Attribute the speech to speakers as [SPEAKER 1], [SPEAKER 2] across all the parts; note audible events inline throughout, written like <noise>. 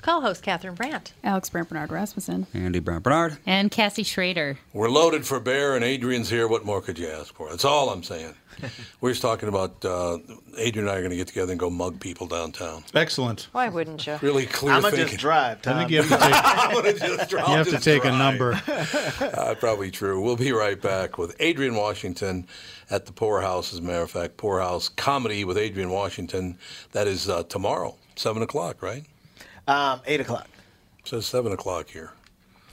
[SPEAKER 1] Co-host Catherine Brandt
[SPEAKER 2] Alex Brant Bernard Rasmussen.
[SPEAKER 3] Andy Brown Bernard.
[SPEAKER 1] and Cassie Schrader.
[SPEAKER 4] We're loaded for bear, and Adrian's here. What more could you ask for? That's all
[SPEAKER 5] <laughs>
[SPEAKER 4] I'm saying. We're just talking about uh, Adrian and I are going to get together and go mug people downtown.
[SPEAKER 6] Excellent.
[SPEAKER 7] Why wouldn't you?
[SPEAKER 4] Really clear
[SPEAKER 5] I'm gonna
[SPEAKER 4] thinking.
[SPEAKER 5] just
[SPEAKER 4] <laughs>
[SPEAKER 5] drive.
[SPEAKER 6] I
[SPEAKER 5] Tom.
[SPEAKER 6] think you have to
[SPEAKER 5] <laughs>
[SPEAKER 6] take,
[SPEAKER 4] I'm gonna just drive.
[SPEAKER 6] you
[SPEAKER 4] I'll
[SPEAKER 6] have to
[SPEAKER 4] just
[SPEAKER 6] take a
[SPEAKER 4] drive.
[SPEAKER 6] number.
[SPEAKER 4] Uh, probably true. We'll be right back with Adrian Washington at the Poorhouse. As a matter of fact, Poorhouse comedy with Adrian Washington. That is uh, tomorrow, seven o'clock, right?
[SPEAKER 5] um, eight o'clock.
[SPEAKER 4] says seven o'clock here.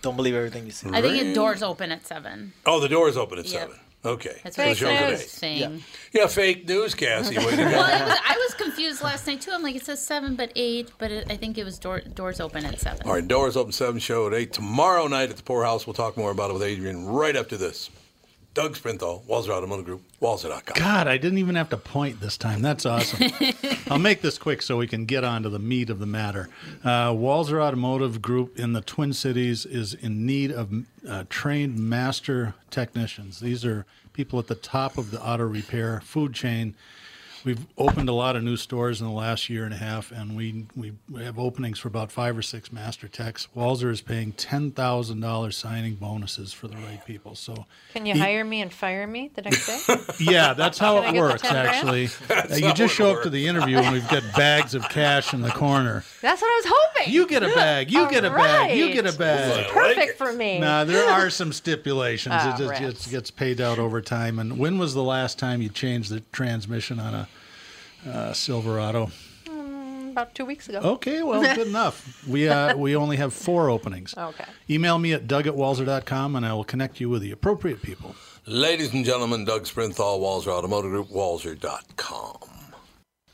[SPEAKER 5] Don't believe everything you see.
[SPEAKER 2] I think the doors open at seven.
[SPEAKER 4] Oh, the door's open at
[SPEAKER 2] Yep.
[SPEAKER 4] seven. Okay,
[SPEAKER 2] That's
[SPEAKER 4] So
[SPEAKER 2] what
[SPEAKER 4] the
[SPEAKER 2] it
[SPEAKER 4] show's at
[SPEAKER 2] says.
[SPEAKER 4] eight.
[SPEAKER 2] Thing.
[SPEAKER 4] Yeah, fake news, Cassie. Way to
[SPEAKER 2] <laughs>
[SPEAKER 4] go.
[SPEAKER 2] Well, it was, I was confused last night too. I'm like, it says seven, but eight, but it, I think it was door, doors open at seven.
[SPEAKER 4] All right, doors open seven, show at eight. Tomorrow night at the Poorhouse, we'll talk more about it with Adrian right after this. Doug Sprinthal, Walzer Automotive Group, Walzer.com.
[SPEAKER 6] God, I didn't even have to point this time. That's awesome. I'll make this quick so we can get on to the meat of the matter. Uh, Walzer Automotive Group in the Twin Cities is in need of uh, trained master technicians. These are people at the top of the auto repair food chain. We've opened a lot of new stores in the last year and a half, and we, we we have openings for about five or six master techs. Walzer is paying ten thousand dollars signing bonuses for the right people. So
[SPEAKER 7] Can you
[SPEAKER 6] He-
[SPEAKER 7] hire me and fire me the next
[SPEAKER 4] <laughs>
[SPEAKER 7] day?
[SPEAKER 6] yeah, that's how
[SPEAKER 7] I
[SPEAKER 6] it
[SPEAKER 7] get the
[SPEAKER 6] works.
[SPEAKER 7] 10 grand?
[SPEAKER 6] Actually, Uh,
[SPEAKER 4] how
[SPEAKER 6] you just
[SPEAKER 4] it
[SPEAKER 6] show up
[SPEAKER 4] works.
[SPEAKER 6] to the interview and we've got bags of cash in the corner.
[SPEAKER 7] That's what I was hoping.
[SPEAKER 6] You get a bag. You get a bag. You get a
[SPEAKER 7] Alright.
[SPEAKER 6] bag.
[SPEAKER 7] Perfect for me.
[SPEAKER 6] Nah, there
[SPEAKER 7] <laughs>
[SPEAKER 6] are some stipulations.
[SPEAKER 7] Ah,
[SPEAKER 6] it just
[SPEAKER 7] rats.
[SPEAKER 6] gets, gets paid out over time. And when was the last time you changed the transmission on a uh, Silverado?
[SPEAKER 7] Mm, About two weeks ago.
[SPEAKER 6] Okay, well,
[SPEAKER 7] <laughs>
[SPEAKER 6] good enough. We uh, we only have four openings.
[SPEAKER 7] Okay.
[SPEAKER 6] Email me at doug at walzer.com and I will connect you with the appropriate people.
[SPEAKER 4] Ladies and gentlemen, Doug Sprinthal, Walzer Automotive Group, Walzer.com.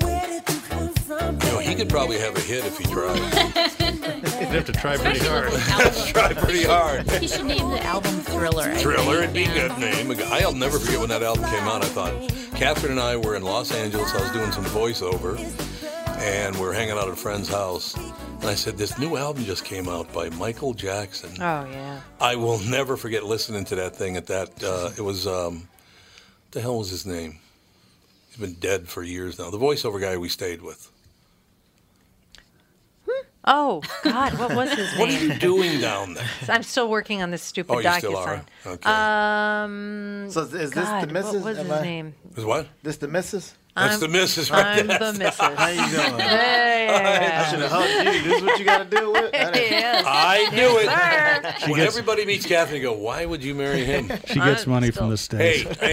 [SPEAKER 4] You know, he could probably have a hit if
[SPEAKER 2] <laughs>
[SPEAKER 4] he tried.
[SPEAKER 6] You'd have to try pretty hard.
[SPEAKER 4] <laughs> tried pretty hard.
[SPEAKER 2] He should name the album Thriller. I
[SPEAKER 4] Thriller,
[SPEAKER 2] think.
[SPEAKER 4] it'd be a good name. I'll never forget when that album came out. I thought Catherine and I were in Los Angeles. I was doing some voiceover, and we're hanging out at a friend's house. And I said, "This new album just came out by Michael Jackson."
[SPEAKER 7] Oh yeah.
[SPEAKER 4] I will never forget listening to that thing at that. Uh, it was, um, what the hell was his name? He's been dead for years now. The voiceover guy we stayed with.
[SPEAKER 7] Oh God, what was his name?
[SPEAKER 4] <laughs> What are you doing down there?
[SPEAKER 7] <laughs> I'm still working on this stupid
[SPEAKER 4] Oh, you
[SPEAKER 7] docusign.
[SPEAKER 4] still are? Okay.
[SPEAKER 7] Um.
[SPEAKER 5] So is- is this the
[SPEAKER 7] God,
[SPEAKER 5] missus?
[SPEAKER 7] What was
[SPEAKER 5] Am
[SPEAKER 7] his
[SPEAKER 5] I-
[SPEAKER 7] name?
[SPEAKER 4] Is what?
[SPEAKER 5] This the missus?
[SPEAKER 4] That's
[SPEAKER 7] I'm-
[SPEAKER 4] the missus right
[SPEAKER 7] I'm
[SPEAKER 4] there.
[SPEAKER 7] the missus.
[SPEAKER 5] How you doing?
[SPEAKER 7] Hey.
[SPEAKER 5] I should have hugged you. This is what you got to deal with. <laughs> I didn't-
[SPEAKER 4] I knew
[SPEAKER 7] it.
[SPEAKER 4] when everybody meets Catherine, they go, "Why would you
[SPEAKER 5] <laughs>
[SPEAKER 4] marry him?"
[SPEAKER 6] She gets money from the
[SPEAKER 4] Hey,
[SPEAKER 6] state.
[SPEAKER 4] hey,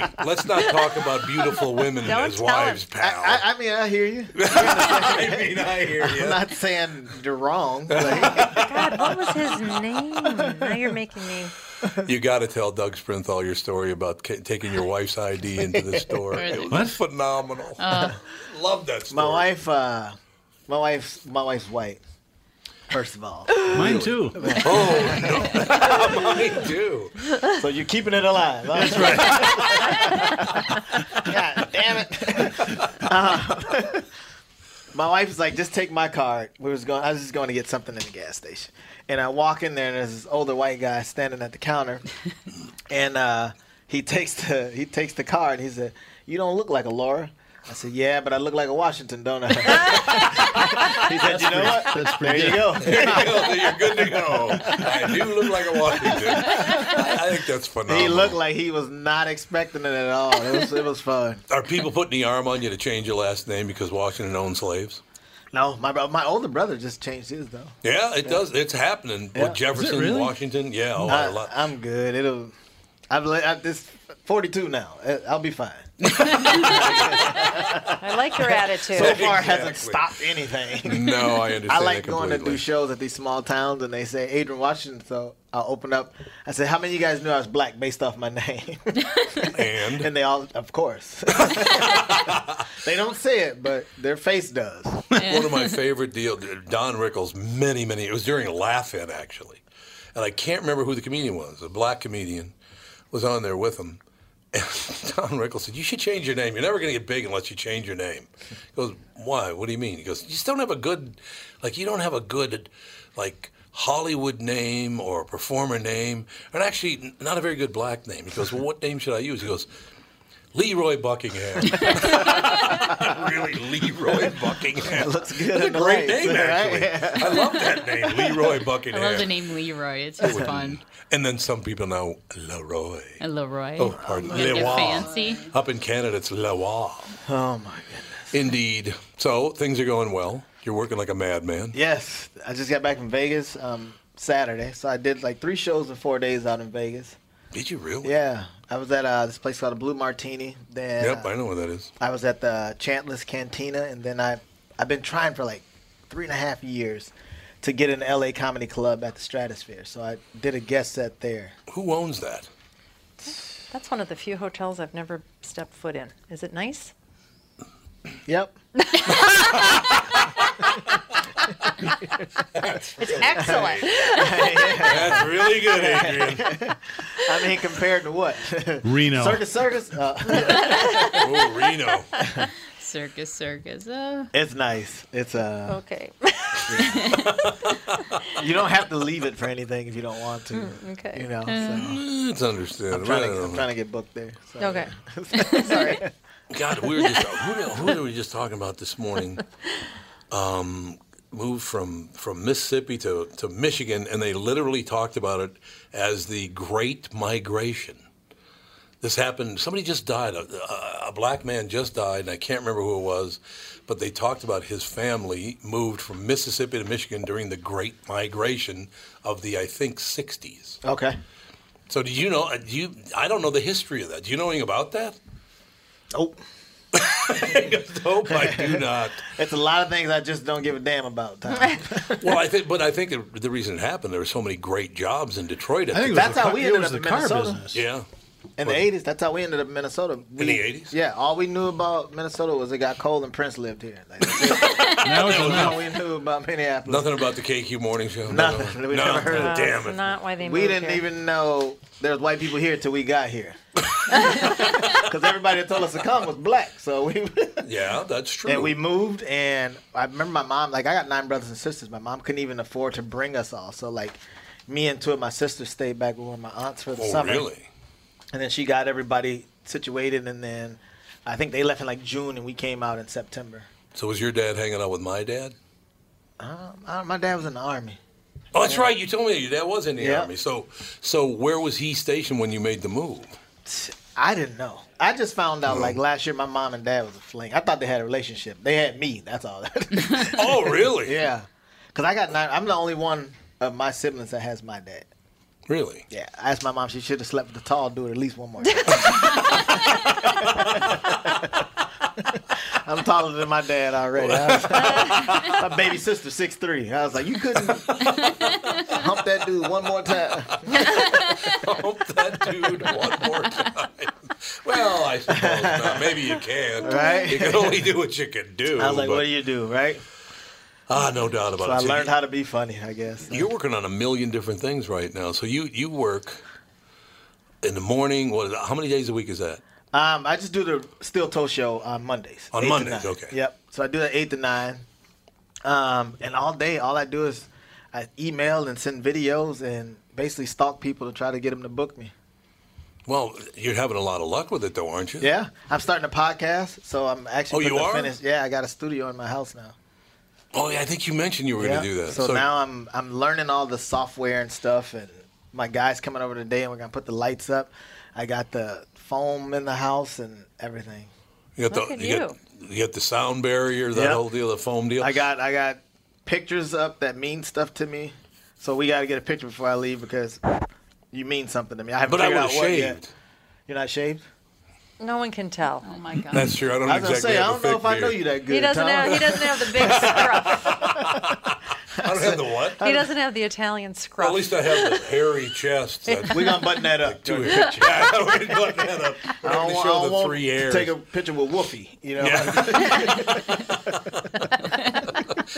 [SPEAKER 4] hey, let's not talk about beautiful women
[SPEAKER 5] Don't
[SPEAKER 4] as
[SPEAKER 5] tell
[SPEAKER 4] wives, pal.
[SPEAKER 5] I, I mean, I hear you.
[SPEAKER 4] <laughs> I mean, I hear you.
[SPEAKER 5] I'm not saying you're
[SPEAKER 4] <laughs>
[SPEAKER 5] wrong. Like,
[SPEAKER 7] God, what was his name? Now you're making me.
[SPEAKER 4] You got to tell Doug Sprinthal your story about ca- taking your wife's ID into
[SPEAKER 5] <laughs>
[SPEAKER 4] the
[SPEAKER 7] <laughs>
[SPEAKER 4] store. It was
[SPEAKER 6] What?
[SPEAKER 4] phenomenal.
[SPEAKER 7] Uh.
[SPEAKER 4] Love that story.
[SPEAKER 5] my wife, uh, my wife's, my wife's white. First of all,
[SPEAKER 6] <gasps> Mine too.
[SPEAKER 4] Oh, <laughs> I do.
[SPEAKER 5] so you're keeping it alive. huh?
[SPEAKER 4] That's right.
[SPEAKER 5] God damn it. <laughs> Uh, my wife was like, just take my card. We was going I was just going to get something in the gas station. And I walk in there and there's this older white guy standing at the
[SPEAKER 6] <laughs>
[SPEAKER 5] counter and uh, he takes the he takes the card and he said, You don't look like a Laura. I said, Yeah, but I look like a Washington, don't I? <laughs> he said, You know what?
[SPEAKER 6] That's
[SPEAKER 5] There
[SPEAKER 6] pretty
[SPEAKER 5] you
[SPEAKER 6] good.
[SPEAKER 5] go.
[SPEAKER 6] <laughs>
[SPEAKER 4] There you go. You're good to go. I do look like a Washington. I, I think that's phenomenal.
[SPEAKER 5] <laughs> He looked like he was not expecting it at all. It was it was fun.
[SPEAKER 4] Are people putting the arm on you to change your last name because Washington owned slaves?
[SPEAKER 5] No, my bro- my older brother just changed his though.
[SPEAKER 4] Yeah, it does. It's happening.
[SPEAKER 5] Yeah. Is
[SPEAKER 4] What
[SPEAKER 5] it
[SPEAKER 4] Jefferson,
[SPEAKER 6] really?
[SPEAKER 4] Washington. Yeah, oh, a
[SPEAKER 5] I,
[SPEAKER 4] lot.
[SPEAKER 5] I'm good. It'll. I've li- I, this 42 now. I- I'll be fine.
[SPEAKER 7] <laughs> I like your attitude.
[SPEAKER 5] So far, it
[SPEAKER 4] Exactly.
[SPEAKER 5] hasn't stopped anything.
[SPEAKER 4] no, I understand.
[SPEAKER 5] <laughs> I
[SPEAKER 4] that
[SPEAKER 5] like going to
[SPEAKER 4] completely.
[SPEAKER 5] do shows at these small towns, and they say Adrian Washington. So I'll open up. I said, "How many of you guys knew I was black based off my <laughs> name?"
[SPEAKER 4] And
[SPEAKER 5] and they all, of
[SPEAKER 4] <laughs>
[SPEAKER 5] course. they don't say it, but their face does.
[SPEAKER 4] <laughs> one of my favorite deals, Don Rickles, many, many, it was during Laugh In, actually. And I can't remember who the comedian was, a black comedian was on there with him. And Don Rickles said, You should change your name. You're never going to get big unless you change your name. He goes, Why? What do you mean? He goes, You just don't have a good, like, you don't have a good, like, Hollywood name or performer name, and actually n- not a very good black name. He goes, Well, what name should I use? He goes, Leroy
[SPEAKER 2] <laughs>
[SPEAKER 4] Buckingham. really, Leroy Buckingham.
[SPEAKER 5] Looks good
[SPEAKER 4] That's a
[SPEAKER 5] in the
[SPEAKER 4] great
[SPEAKER 5] lights,
[SPEAKER 4] name,
[SPEAKER 5] right?
[SPEAKER 4] actually. I love that name, Leroy
[SPEAKER 2] <laughs> I
[SPEAKER 4] Buckingham.
[SPEAKER 2] love the name Leroy. It's just fun.
[SPEAKER 4] And then some people know Leroy.
[SPEAKER 2] A Leroy.
[SPEAKER 4] Oh, pardon,
[SPEAKER 2] You gotta get
[SPEAKER 4] Leroy.
[SPEAKER 2] fancy.
[SPEAKER 4] Up in Canada, it's Leroy.
[SPEAKER 5] Oh my goodness.
[SPEAKER 4] Indeed. So things are going well. You're working like a madman.
[SPEAKER 5] Yes, I just got back from Vegas um, Saturday, so I did like three shows in four days out in Vegas.
[SPEAKER 4] Did you really?
[SPEAKER 5] Yeah, I was at uh, this place called the Blue Martini. Then uh,
[SPEAKER 4] Yep, I know where that is.
[SPEAKER 5] I was at the Chantless Cantina, and then I I've been trying for like three and a half years to get in LA Comedy Club at the Stratosphere. So I did a guest set there.
[SPEAKER 4] Who owns that?
[SPEAKER 7] That's one of the few hotels I've never stepped foot in. Is it nice?
[SPEAKER 5] Yep. <laughs>
[SPEAKER 7] It's
[SPEAKER 3] <laughs>
[SPEAKER 7] excellent.
[SPEAKER 4] That's really good, Adrian.
[SPEAKER 5] I mean, compared to what?
[SPEAKER 6] Reno.
[SPEAKER 5] Circus Circus? Uh,
[SPEAKER 4] <laughs> Oh, Reno.
[SPEAKER 2] Circus, circus. Oh.
[SPEAKER 5] it's nice. It's uh,
[SPEAKER 7] Okay.
[SPEAKER 5] <laughs> you don't have to leave it for anything if you don't want to.
[SPEAKER 7] Mm, okay.
[SPEAKER 5] You know, so.
[SPEAKER 4] It's understandable.
[SPEAKER 5] I'm, trying
[SPEAKER 4] I
[SPEAKER 5] to,
[SPEAKER 4] don't
[SPEAKER 5] I'm
[SPEAKER 4] know.
[SPEAKER 5] trying to get booked there. so. <laughs>
[SPEAKER 7] Okay. Sorry.
[SPEAKER 4] God, we were just who, the- who were we just talking about this morning? Um, moved from from Mississippi to to Michigan, and they literally talked about it as the Great Migration. This happened. Somebody just died. A, a, a black man just died, and I can't remember who it was, but they talked about his family moved from Mississippi to Michigan during the Great Migration of the I think '60s.
[SPEAKER 5] Okay.
[SPEAKER 4] So, do you know? uh, Do you? I don't know the history of that. Do you know anything about that? <laughs>
[SPEAKER 5] Oh,
[SPEAKER 4] Nope, I do not.
[SPEAKER 5] <laughs> it's a lot of things I just don't give a damn about. Tom.
[SPEAKER 4] Well, I think, but I think the, the reason it happened, there were so many great jobs in Detroit. At
[SPEAKER 6] I think it
[SPEAKER 4] the
[SPEAKER 6] was
[SPEAKER 5] That's
[SPEAKER 6] the
[SPEAKER 5] how
[SPEAKER 6] car-
[SPEAKER 5] we
[SPEAKER 6] it
[SPEAKER 5] ended
[SPEAKER 6] was
[SPEAKER 5] up
[SPEAKER 6] the
[SPEAKER 5] in
[SPEAKER 6] car
[SPEAKER 5] Minnesota.
[SPEAKER 6] business.
[SPEAKER 4] yeah,
[SPEAKER 5] In the eighties, that's how we ended up in Minnesota. We-
[SPEAKER 4] the 80s?
[SPEAKER 5] Yeah, all we knew about Minnesota was it got cold and Prince lived here. Like,
[SPEAKER 4] <laughs>
[SPEAKER 5] that's it.
[SPEAKER 6] Now it's
[SPEAKER 5] That's all
[SPEAKER 6] enough.
[SPEAKER 5] we knew about Minneapolis.
[SPEAKER 4] nothing about the KQ morning show.
[SPEAKER 5] Nothing. We never heard of it.
[SPEAKER 4] Damn
[SPEAKER 7] That's
[SPEAKER 4] it!
[SPEAKER 7] not why they
[SPEAKER 5] We
[SPEAKER 7] moved
[SPEAKER 5] didn't
[SPEAKER 7] here.
[SPEAKER 5] even know there was white people here till we
[SPEAKER 7] <laughs>
[SPEAKER 5] got here. <laughs> Because everybody that told us to come was black, so we
[SPEAKER 4] Yeah, that's true.
[SPEAKER 5] and we moved. And I remember my mom, like I got nine brothers and sisters. My mom couldn't even afford to bring us all, so like me and two of my sisters stayed back with one of my aunts for the
[SPEAKER 4] oh,
[SPEAKER 5] summer.
[SPEAKER 4] really?
[SPEAKER 5] and then she got everybody situated and then i think they left in like june and we came out in september
[SPEAKER 4] So was your dad hanging out with my dad?
[SPEAKER 5] Um, I, my dad was in the army.
[SPEAKER 4] Oh, that's right. You told me your dad was in the
[SPEAKER 5] Yeah.
[SPEAKER 4] army. So, so where was he stationed when you made the move?
[SPEAKER 5] I didn't know. I just found out like last year. My mom and dad was a fling. I thought they had a relationship. They had me. That's all. <laughs>
[SPEAKER 4] oh, really?
[SPEAKER 5] Yeah. Cause I got nine. I'm the only one of my siblings that has my dad.
[SPEAKER 4] Really?
[SPEAKER 5] Yeah. I asked my mom. She should have slept with the tall dude at least one more.
[SPEAKER 4] <laughs>
[SPEAKER 5] time. I'm taller than my dad already. I was-
[SPEAKER 4] <laughs>
[SPEAKER 5] my baby sister, six three. I was like, you couldn't hump that dude one more
[SPEAKER 4] <laughs>
[SPEAKER 5] time.
[SPEAKER 4] Well, I suppose not. Maybe you can't.
[SPEAKER 5] Right?
[SPEAKER 4] You can only do what you can do.
[SPEAKER 5] I was like,
[SPEAKER 4] but-
[SPEAKER 5] what do you do, right?
[SPEAKER 4] Ah, no doubt about
[SPEAKER 5] So
[SPEAKER 4] it.
[SPEAKER 5] I
[SPEAKER 4] So
[SPEAKER 5] learned
[SPEAKER 4] you-
[SPEAKER 5] how to be funny, I guess.
[SPEAKER 4] You're working on a million different things right now. So you you work in the morning. What? Is, how many days a week is that?
[SPEAKER 5] Um, I just do the steel toe show on Mondays.
[SPEAKER 4] On
[SPEAKER 5] eight to
[SPEAKER 4] Mondays,
[SPEAKER 5] nine.
[SPEAKER 4] okay.
[SPEAKER 5] Yep. So I do that eight to nine, um, and all day, all I do is I email and send videos and basically stalk people to try to get them to book me.
[SPEAKER 4] Well, you're having a lot of luck with it, though, aren't you?
[SPEAKER 5] Yeah, I'm starting a podcast, so I'm actually.
[SPEAKER 4] Oh,
[SPEAKER 5] putting
[SPEAKER 4] you
[SPEAKER 5] the
[SPEAKER 4] are?
[SPEAKER 5] Finish. Yeah, I got a studio in my house now.
[SPEAKER 4] Oh, yeah. I think you mentioned you were
[SPEAKER 5] yeah.
[SPEAKER 4] going to do that.
[SPEAKER 5] So, now I'm I'm learning all the software and stuff, and my guys coming over today, and we're gonna put the lights up. I got the foam in the house and everything.
[SPEAKER 4] you got the got, you got the sound barrier, that
[SPEAKER 5] Yep.
[SPEAKER 4] whole deal, the foam deal.
[SPEAKER 5] I got I got pictures up that mean stuff to me. So we got to get a picture before I leave because you mean something to me. I haven't
[SPEAKER 4] But I
[SPEAKER 5] figured out
[SPEAKER 4] would've
[SPEAKER 5] what
[SPEAKER 4] shaved.
[SPEAKER 5] yet. You're not shaved.
[SPEAKER 7] No one can tell. Oh my god.
[SPEAKER 4] That's true. I don't
[SPEAKER 5] I was gonna
[SPEAKER 4] exactly
[SPEAKER 5] say I
[SPEAKER 4] have
[SPEAKER 5] don't
[SPEAKER 4] a
[SPEAKER 5] know
[SPEAKER 4] thick
[SPEAKER 5] if I know
[SPEAKER 4] beard.
[SPEAKER 5] you that good.
[SPEAKER 7] He doesn't
[SPEAKER 5] Tom.
[SPEAKER 7] have. He doesn't have the big scruff.
[SPEAKER 4] I don't have the what?
[SPEAKER 7] He <laughs> doesn't have the Italian scruff.
[SPEAKER 4] Well, at least I have the hairy chest. That,
[SPEAKER 5] We gonna button that up. <laughs>
[SPEAKER 4] Two
[SPEAKER 5] during the
[SPEAKER 4] inch.
[SPEAKER 5] picture.
[SPEAKER 4] Yeah, I would button that up. We're
[SPEAKER 5] <laughs> I don't,
[SPEAKER 4] not gonna
[SPEAKER 5] want- I
[SPEAKER 4] show
[SPEAKER 5] don't
[SPEAKER 4] the
[SPEAKER 5] want
[SPEAKER 4] three
[SPEAKER 5] to
[SPEAKER 4] hairs.
[SPEAKER 5] take a picture with Woofy. You know. <laughs>
[SPEAKER 4] <laughs>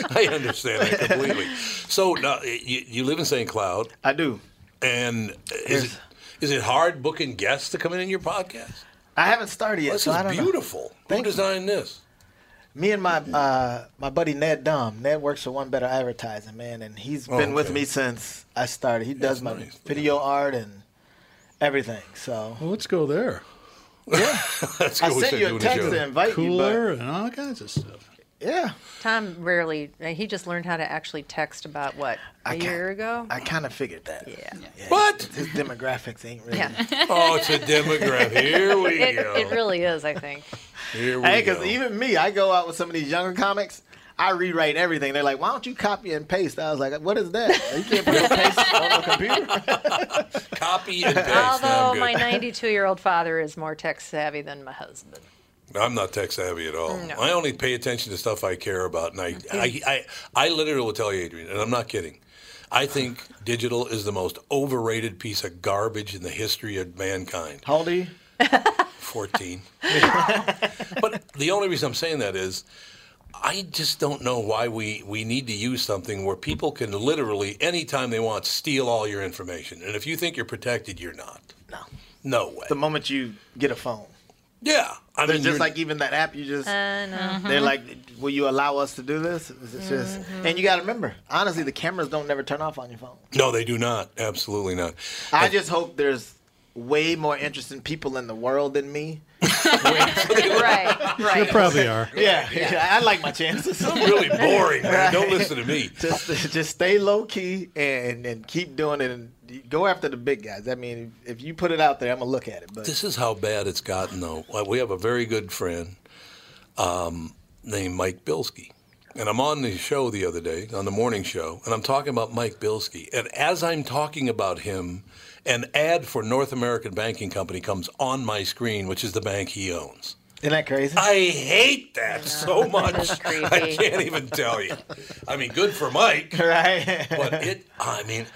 [SPEAKER 4] I understand that completely. So now you, you live in St. Cloud.
[SPEAKER 5] I do.
[SPEAKER 4] And is it, is it hard booking guests to come in in your podcast?
[SPEAKER 5] I haven't started yet.
[SPEAKER 4] This
[SPEAKER 5] so
[SPEAKER 4] is
[SPEAKER 5] I don't know.
[SPEAKER 4] beautiful. Who designed this?
[SPEAKER 5] Me and my uh, my buddy Ned Dom. Ned works for One Better Advertising, man, and he's
[SPEAKER 8] Oh,
[SPEAKER 5] been with
[SPEAKER 8] okay.
[SPEAKER 5] me since I started. He does my video art and everything. So
[SPEAKER 6] Well, let's go there.
[SPEAKER 4] Let's
[SPEAKER 5] I sent you a text to invite
[SPEAKER 6] Cooler
[SPEAKER 5] you,
[SPEAKER 6] and all kinds of stuff.
[SPEAKER 5] Yeah.
[SPEAKER 7] Tom rarely. uh, He just learned how to actually text about what a year ago.
[SPEAKER 5] but I kind of figured that. Yeah.
[SPEAKER 4] What?
[SPEAKER 5] His demographics ain't really.
[SPEAKER 7] Yeah.
[SPEAKER 5] <laughs>
[SPEAKER 4] Oh, it's a demographic. Here we
[SPEAKER 7] it,
[SPEAKER 4] go.
[SPEAKER 7] It really is. I think.
[SPEAKER 4] <laughs> Here we
[SPEAKER 5] Hey,
[SPEAKER 4] go.
[SPEAKER 5] because even me, I go out with some of these younger comics. I rewrite everything. They're like, "Why don't you copy and paste?" I was like, "What is that? You can't put and paste on a computer."
[SPEAKER 4] Copy and paste.
[SPEAKER 7] Although
[SPEAKER 4] I'm
[SPEAKER 7] my
[SPEAKER 4] good.
[SPEAKER 7] 92 year old father is more tech savvy than my husband.
[SPEAKER 4] I'm not tech savvy at all.
[SPEAKER 7] No.
[SPEAKER 4] I only pay attention to stuff I care about, and I, I, I, I literally will tell you, Adrian, and I'm not kidding. I think digital is the most overrated piece of garbage in the history of mankind.
[SPEAKER 5] How old are
[SPEAKER 4] <laughs>
[SPEAKER 5] you?
[SPEAKER 4] 14. but the only reason I'm saying that is I just don't know why we, we need to use something where people can literally, anytime they want, steal all your information. And if you think you're protected, you're not. No. No way.
[SPEAKER 5] The moment you get a phone.
[SPEAKER 4] <laughs>
[SPEAKER 5] <laughs>
[SPEAKER 4] Yeah. I
[SPEAKER 5] They're
[SPEAKER 4] mean,
[SPEAKER 5] just
[SPEAKER 4] you're-
[SPEAKER 5] like even that app you just.
[SPEAKER 7] I know.
[SPEAKER 5] They're like, "Will you allow us to do this?" It's just,
[SPEAKER 7] Mm-hmm.
[SPEAKER 5] and you got to remember, honestly, the cameras don't never turn off on your phone.
[SPEAKER 4] No, they do not. Absolutely not.
[SPEAKER 5] I just hope there's way more interesting people in the world than me.
[SPEAKER 7] right, right.
[SPEAKER 6] There
[SPEAKER 5] <laughs>
[SPEAKER 6] probably are.
[SPEAKER 5] Yeah,
[SPEAKER 4] <laughs>
[SPEAKER 5] yeah, I like my chances. I'm <laughs>
[SPEAKER 4] really boring, man. Don't listen to me.
[SPEAKER 5] Just, just stay low key and and keep doing it, and go after the big guys. I mean, if you put it out there, I'm gonna look at it. But
[SPEAKER 4] This is how bad it's gotten, though. Like, We have a very good friend um, named Mike Bilski. And I'm on the show the other day, on the morning show, and I'm talking about Mike Bilski. And as I'm talking about him, an ad for North American Banking Company comes on my screen, which is the bank he owns.
[SPEAKER 5] isn't that crazy?
[SPEAKER 4] I hate that so much.
[SPEAKER 5] is creepy.
[SPEAKER 4] I can't even tell you. I mean, good for Mike.
[SPEAKER 5] <laughs> Right.
[SPEAKER 4] but it, I mean,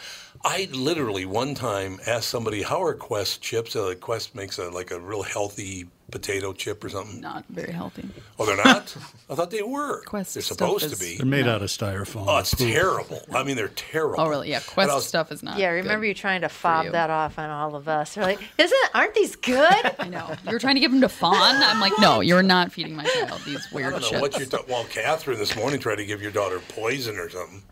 [SPEAKER 4] I literally one time asked somebody, how are Quest chips? Uh, Quest makes a, like a real healthy potato chip or something.
[SPEAKER 3] Not very healthy.
[SPEAKER 4] Oh, they're not? I thought they were.
[SPEAKER 3] <laughs> Quest
[SPEAKER 4] They're
[SPEAKER 3] stuff
[SPEAKER 4] supposed to
[SPEAKER 3] is-
[SPEAKER 4] be.
[SPEAKER 6] They're made out of styrofoam.
[SPEAKER 4] Oh, it's
[SPEAKER 6] Poop.
[SPEAKER 4] terrible. I mean, they're terrible.
[SPEAKER 3] Oh, really? Yeah,
[SPEAKER 4] And I
[SPEAKER 3] Quest
[SPEAKER 4] was-
[SPEAKER 3] stuff is not.
[SPEAKER 7] yeah, remember you trying to fob that off on all of us? They're like, isn't? Aren't these good?
[SPEAKER 3] <laughs> I know. You're trying to give them to Fawn. I'm like, no, you're not feeding my child these
[SPEAKER 4] I
[SPEAKER 3] weird
[SPEAKER 4] don't know
[SPEAKER 3] chips.
[SPEAKER 4] what you're talking. Well, Catherine this morning tried to give your daughter poison or something.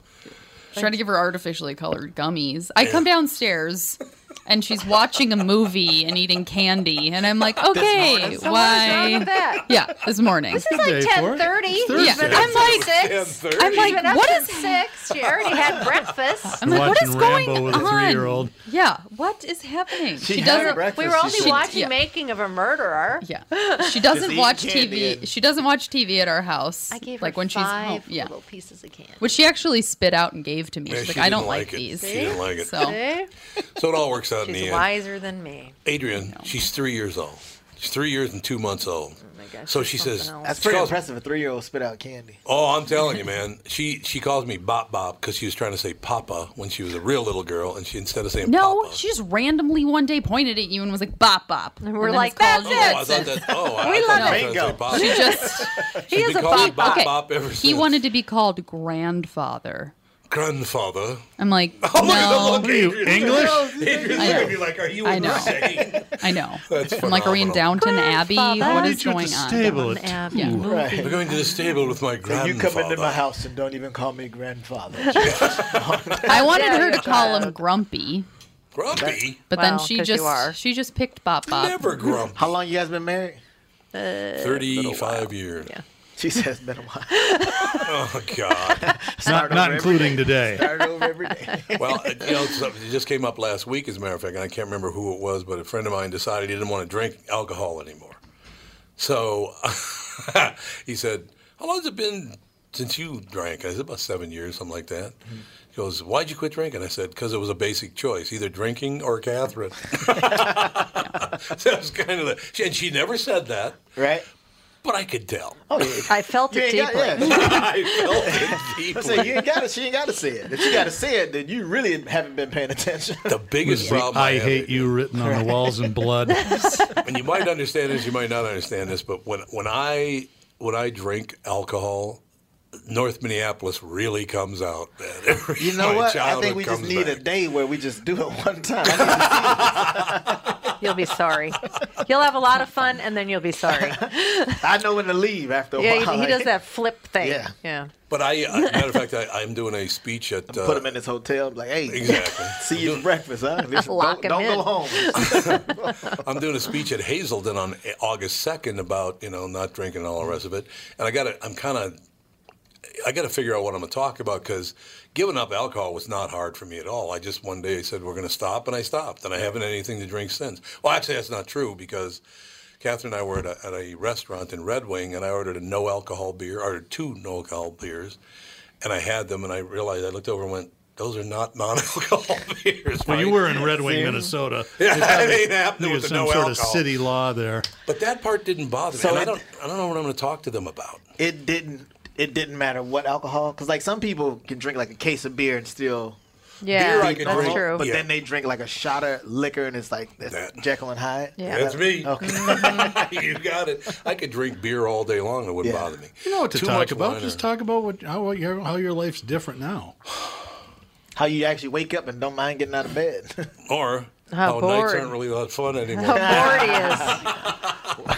[SPEAKER 3] She's trying to give her artificially colored gummies. I come downstairs and she's watching a movie and eating candy, and I'm like, okay,
[SPEAKER 7] morning. So what is wrong
[SPEAKER 3] why?
[SPEAKER 7] with that?
[SPEAKER 3] Yeah, this morning.
[SPEAKER 7] This is like ten thirty.
[SPEAKER 3] Yeah, I'm like, I'm like, what is?
[SPEAKER 7] six? She
[SPEAKER 3] <laughs>
[SPEAKER 7] already had breakfast.
[SPEAKER 3] I'm like, what is
[SPEAKER 6] Rambo
[SPEAKER 3] going
[SPEAKER 6] with a
[SPEAKER 3] on?
[SPEAKER 6] three-year-old.
[SPEAKER 3] Yeah, what is happening?
[SPEAKER 6] She
[SPEAKER 3] she
[SPEAKER 6] had
[SPEAKER 3] doesn't.
[SPEAKER 6] breakfast.
[SPEAKER 7] We were only
[SPEAKER 3] She-
[SPEAKER 7] watching
[SPEAKER 3] yeah.
[SPEAKER 7] Making of a Murderer.
[SPEAKER 3] Yeah. She doesn't
[SPEAKER 7] eating
[SPEAKER 3] watch
[SPEAKER 7] candy
[SPEAKER 3] TV.
[SPEAKER 7] and-
[SPEAKER 3] She doesn't watch TV at our house.
[SPEAKER 7] I gave her
[SPEAKER 3] like when she's home.
[SPEAKER 7] five
[SPEAKER 3] Yeah.
[SPEAKER 7] little pieces of candy.
[SPEAKER 3] Which she actually spit out and gave to me.
[SPEAKER 4] Yeah,
[SPEAKER 3] She's
[SPEAKER 4] she
[SPEAKER 3] like, I don't
[SPEAKER 4] didn't
[SPEAKER 3] like,
[SPEAKER 4] like it.
[SPEAKER 3] these.
[SPEAKER 4] She didn't like it.
[SPEAKER 3] So
[SPEAKER 7] See?
[SPEAKER 4] So it all works out in
[SPEAKER 7] She's
[SPEAKER 4] the end.
[SPEAKER 7] wiser than me.
[SPEAKER 4] Adrian, she's three years old. She's three years and two months old. Oh my
[SPEAKER 7] gosh,
[SPEAKER 4] so
[SPEAKER 7] that's
[SPEAKER 4] she says,
[SPEAKER 7] something else.
[SPEAKER 5] That's
[SPEAKER 4] she
[SPEAKER 5] pretty
[SPEAKER 4] calls-
[SPEAKER 5] impressive. A three-year-old spit out candy.
[SPEAKER 4] Oh, I'm telling you, man. She she calls me Bop Bop because she was trying to say Papa when she was a real little girl, and she instead of saying
[SPEAKER 3] no, she just randomly one day pointed at you and was like, "Bop bop." And
[SPEAKER 7] we're
[SPEAKER 3] then
[SPEAKER 7] like,
[SPEAKER 3] it's called
[SPEAKER 4] "Oh, I thought that." Oh, I, I thought you were trying to say Papa.
[SPEAKER 3] She
[SPEAKER 4] <laughs>
[SPEAKER 3] just <laughs>
[SPEAKER 4] She's been calling me Bop
[SPEAKER 3] okay.
[SPEAKER 4] Bop ever
[SPEAKER 3] He
[SPEAKER 4] since.
[SPEAKER 3] wanted to be called grandfather. <laughs>
[SPEAKER 4] grandfather.
[SPEAKER 3] I'm like,
[SPEAKER 4] <laughs> Oh, look at the
[SPEAKER 3] no.
[SPEAKER 4] look, Adrian. <laughs> Adrian's
[SPEAKER 3] I
[SPEAKER 4] looking
[SPEAKER 3] know.
[SPEAKER 4] at me like, "Are you
[SPEAKER 3] I know.
[SPEAKER 4] insane?"
[SPEAKER 3] <laughs> I know.
[SPEAKER 4] That's
[SPEAKER 3] I'm like, are we in Downton Abbey? <laughs> What is going on? Yeah.
[SPEAKER 4] We're going to the stable with my
[SPEAKER 5] So
[SPEAKER 4] grandfather.
[SPEAKER 5] you come into my house and don't even call me grandfather.
[SPEAKER 3] I wanted her to call him Grumpy,
[SPEAKER 4] Grumpy.
[SPEAKER 3] but then she just she just picked Bop Bop.
[SPEAKER 4] <laughs> Never grumpy.
[SPEAKER 5] How long you guys been married?
[SPEAKER 4] Uh, Thirty-five years.
[SPEAKER 5] She says been a
[SPEAKER 4] <laughs>
[SPEAKER 5] while.
[SPEAKER 4] Oh God.
[SPEAKER 6] Not, not including today.
[SPEAKER 4] well, it- you know, something it just came up last week, as a matter of fact, and I can't remember who it was, but a friend of mine decided he didn't want to drink alcohol anymore. So <laughs> he said, How long has it been since you drank? I said, About seven years, something like that.
[SPEAKER 5] Mm-hmm.
[SPEAKER 4] He goes, Why'd you quit drinking? I said, Because it was a basic choice either drinking or Catherine. <laughs> so it was kind of the, she- and she never said that.
[SPEAKER 5] Right. Oh,
[SPEAKER 4] But I could tell.
[SPEAKER 6] Oh,
[SPEAKER 7] I felt
[SPEAKER 5] You
[SPEAKER 7] it
[SPEAKER 5] ain't got-
[SPEAKER 7] deeply.
[SPEAKER 4] <laughs> I felt it
[SPEAKER 5] I <laughs>
[SPEAKER 4] deeply.
[SPEAKER 5] said you ain't got to. She ain't got to say it. If she got to say it, then you really haven't been paying attention.
[SPEAKER 4] The biggest
[SPEAKER 6] With the
[SPEAKER 4] problem
[SPEAKER 6] I
[SPEAKER 4] have
[SPEAKER 6] hate you written on the walls in
[SPEAKER 5] <laughs>
[SPEAKER 6] blood.
[SPEAKER 4] and you might understand this, you might not understand this, but when when I when I drink alcohol, North Minneapolis really comes out. man. <laughs> Every-
[SPEAKER 5] You know
[SPEAKER 4] my
[SPEAKER 5] what? I
[SPEAKER 4] childhood
[SPEAKER 5] think we just
[SPEAKER 4] comes
[SPEAKER 5] need
[SPEAKER 4] back.
[SPEAKER 5] a day where we just do it <laughs> one time.
[SPEAKER 7] <laughs> You'll be sorry. You'll have a lot of fun, and then you'll be sorry.
[SPEAKER 5] I know when to leave after a
[SPEAKER 7] yeah,
[SPEAKER 5] while.
[SPEAKER 7] he, he does that flip thing.
[SPEAKER 5] Yeah.
[SPEAKER 7] yeah.
[SPEAKER 5] <laughs>
[SPEAKER 4] But I, uh, matter of fact, I, I'm doing a speech at. Uh,
[SPEAKER 5] Put him in his hotel. I'm like, hey, <laughs>
[SPEAKER 4] Exactly.
[SPEAKER 5] see you at breakfast,
[SPEAKER 4] <laughs>
[SPEAKER 5] huh? Listen,
[SPEAKER 7] Lock
[SPEAKER 5] don't
[SPEAKER 7] him
[SPEAKER 5] don't
[SPEAKER 7] in.
[SPEAKER 5] go home.
[SPEAKER 4] I'm doing a speech at Hazelden on August 2nd about you know not drinking and all the rest of it, and I got to I'm kind of I got to figure out what I'm going to talk about because giving up alcohol was not hard for me at all. I just one day said we're going to stop, and I stopped, and I haven't had anything to drink since. Well, actually, that's not true because Catherine and I were at a, at a restaurant in Red Wing, and I ordered a no alcohol beer, or two no alcohol beers, and I had them, and I realized I looked over and went. Those are not <laughs> non-alcohol beers.
[SPEAKER 6] Well, you
[SPEAKER 4] right?"
[SPEAKER 6] were in Red Wing,
[SPEAKER 4] See?
[SPEAKER 6] Minnesota.
[SPEAKER 4] Yeah,
[SPEAKER 6] There's
[SPEAKER 4] it
[SPEAKER 6] gotta
[SPEAKER 4] ain't
[SPEAKER 6] be-
[SPEAKER 4] happening with
[SPEAKER 6] there's
[SPEAKER 4] the
[SPEAKER 6] some
[SPEAKER 4] no
[SPEAKER 6] sort
[SPEAKER 4] alcohol.
[SPEAKER 6] of city law there.
[SPEAKER 4] But that part didn't bother me.
[SPEAKER 5] So
[SPEAKER 4] and I
[SPEAKER 5] it-
[SPEAKER 4] don't <laughs> I don't know what I'm going to talk to them about.
[SPEAKER 5] It didn't. It didn't matter what alcohol, because like some people can drink like a case of beer and still.
[SPEAKER 7] Yeah,
[SPEAKER 5] be
[SPEAKER 7] Beer I can
[SPEAKER 5] normal,
[SPEAKER 7] drink,
[SPEAKER 5] But
[SPEAKER 7] yeah.
[SPEAKER 5] then they drink like a shot of liquor and it's like that's Jekyll and Hyde.
[SPEAKER 7] Yeah.
[SPEAKER 4] That's me.
[SPEAKER 5] Okay.
[SPEAKER 4] you got it. I could drink beer all day long. It wouldn't
[SPEAKER 5] Yeah.
[SPEAKER 4] bother me.
[SPEAKER 6] You know what to
[SPEAKER 4] Too
[SPEAKER 6] talk
[SPEAKER 4] much
[SPEAKER 6] about.
[SPEAKER 4] wine
[SPEAKER 6] Just
[SPEAKER 4] or-
[SPEAKER 6] talk about what how, what your, how your life's different now.
[SPEAKER 5] How you actually wake up and don't mind getting out of bed. <laughs>
[SPEAKER 4] Or
[SPEAKER 6] How
[SPEAKER 4] how nights
[SPEAKER 6] boring.
[SPEAKER 4] aren't really that fun anymore.
[SPEAKER 3] <laughs>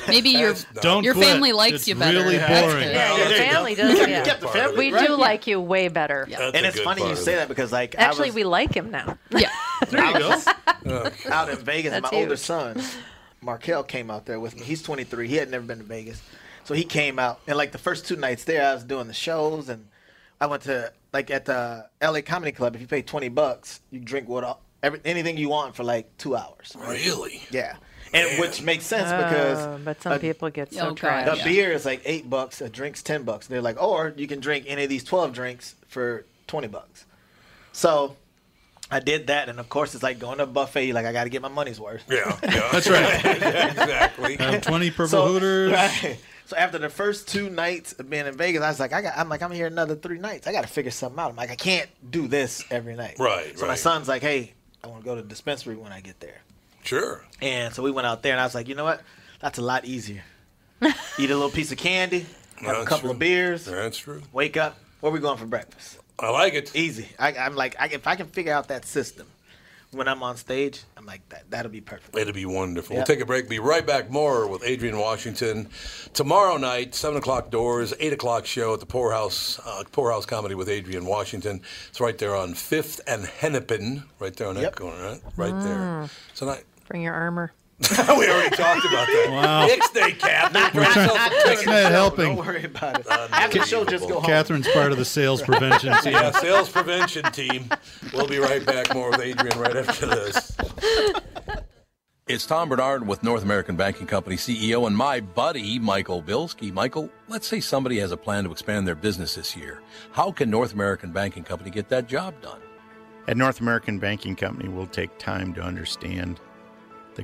[SPEAKER 3] Maybe your
[SPEAKER 4] Don't
[SPEAKER 3] <laughs> your
[SPEAKER 4] quit.
[SPEAKER 3] family likes
[SPEAKER 4] It's
[SPEAKER 3] you better.
[SPEAKER 4] really
[SPEAKER 3] That's
[SPEAKER 4] boring.
[SPEAKER 3] good.
[SPEAKER 4] Yeah,
[SPEAKER 7] Your
[SPEAKER 4] that's a
[SPEAKER 7] family
[SPEAKER 4] good-
[SPEAKER 7] does.
[SPEAKER 4] that's a
[SPEAKER 7] Yeah.
[SPEAKER 4] good part of it,
[SPEAKER 7] we
[SPEAKER 4] right?
[SPEAKER 7] do like you way better.
[SPEAKER 4] That's
[SPEAKER 5] and
[SPEAKER 4] a
[SPEAKER 5] it's
[SPEAKER 4] good
[SPEAKER 5] funny
[SPEAKER 4] part
[SPEAKER 5] you
[SPEAKER 4] of
[SPEAKER 5] say
[SPEAKER 4] it.
[SPEAKER 5] that because like
[SPEAKER 7] Actually,
[SPEAKER 5] I was
[SPEAKER 7] we like him now.
[SPEAKER 5] <laughs>
[SPEAKER 7] <laughs>
[SPEAKER 5] out in Vegas, and my
[SPEAKER 7] That's
[SPEAKER 5] older
[SPEAKER 7] huge.
[SPEAKER 5] son, Markel, came out there with me. He's 23. He had never been to Vegas, so he came out and like the first two nights there, I was doing the shows and I went to like at the LA Comedy Club. If you pay 20 bucks, you drink what all- every, anything you want for like two hours.
[SPEAKER 4] Really?
[SPEAKER 5] Yeah. And which makes sense
[SPEAKER 7] Oh,
[SPEAKER 5] because
[SPEAKER 7] but some people get so Oh, God, trash.
[SPEAKER 5] The
[SPEAKER 7] yeah.
[SPEAKER 5] beer is like eight bucks, a drink's ten bucks. They're like, or you can drink any of these twelve drinks for twenty bucks. So I did that, and of course it's like going to a buffet. You're like I got to get my money's worth.
[SPEAKER 4] Yeah,
[SPEAKER 5] <laughs>
[SPEAKER 4] yeah.
[SPEAKER 6] That's right.
[SPEAKER 4] <laughs> exactly.
[SPEAKER 6] Have 20 purple
[SPEAKER 5] So- <laughs>
[SPEAKER 6] hooters.
[SPEAKER 5] right. So after the first two nights of being in Vegas, I was like, I got, I'm like, I'm here another three nights. I got to figure something out. I'm like, I can't do this every night.
[SPEAKER 4] Right,
[SPEAKER 5] So my
[SPEAKER 4] right.
[SPEAKER 5] son's like, Hey, I want to go to the dispensary when I get there.
[SPEAKER 4] Sure.
[SPEAKER 5] And so we went out there, and I was like, you know what? That's a lot <laughs> easier. Eat a little piece of candy, have a
[SPEAKER 4] That's
[SPEAKER 5] couple
[SPEAKER 4] true.
[SPEAKER 5] of beers.
[SPEAKER 4] That's true.
[SPEAKER 5] Wake up. Where we going for breakfast?
[SPEAKER 4] I like it.
[SPEAKER 5] Easy. I, I'm like, I, if I can figure out that system, when I'm on stage, I'm like that. That'll be perfect.
[SPEAKER 4] It'll be wonderful.
[SPEAKER 5] Yep.
[SPEAKER 4] We'll take a break. Be right back. More with Adrian Washington tomorrow night, seven o'clock doors, eight o'clock show at the Poorhouse uh, Poorhouse Comedy with Adrian Washington. It's right there on Fifth and Hennepin, right there on that corner, right, right
[SPEAKER 6] Ah.
[SPEAKER 4] there. So not,
[SPEAKER 7] Mm. Bring your
[SPEAKER 5] <laughs>
[SPEAKER 7] armor.
[SPEAKER 4] <laughs> we already talked about that.
[SPEAKER 6] Wow.
[SPEAKER 4] Next day, Cap.
[SPEAKER 6] We're trying- that's not helping.
[SPEAKER 5] Don't worry about it.
[SPEAKER 4] Uh,
[SPEAKER 5] After the show, just go home.
[SPEAKER 6] Catherine's part of the sales prevention team.
[SPEAKER 4] <laughs> yeah, sales prevention team. We'll be right back. More with Adrian right after this. It's Tom Bernard with North American Banking Company CEO and my buddy, Michael Bilski. Michael, let's say somebody has a plan to expand their business this year. How can North American Banking Company get that job done?
[SPEAKER 8] At North American Banking Company, we'll take time to understand the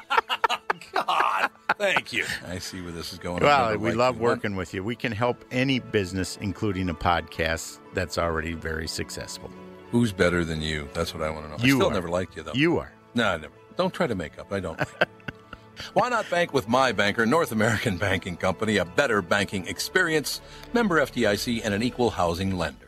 [SPEAKER 4] Thank you. I see where this is going.
[SPEAKER 8] Well, we love working with you. We can help any business, including a podcast that's already very successful.
[SPEAKER 4] Who's better than you? That's what I want to know. I
[SPEAKER 8] You
[SPEAKER 4] still
[SPEAKER 8] are.
[SPEAKER 4] never liked you though.
[SPEAKER 8] You are.
[SPEAKER 4] No, I never. Don't try to make up. I don't. like it. Why not bank with my banker, North American Banking Company, a better banking experience, member FDIC, and an equal housing lender?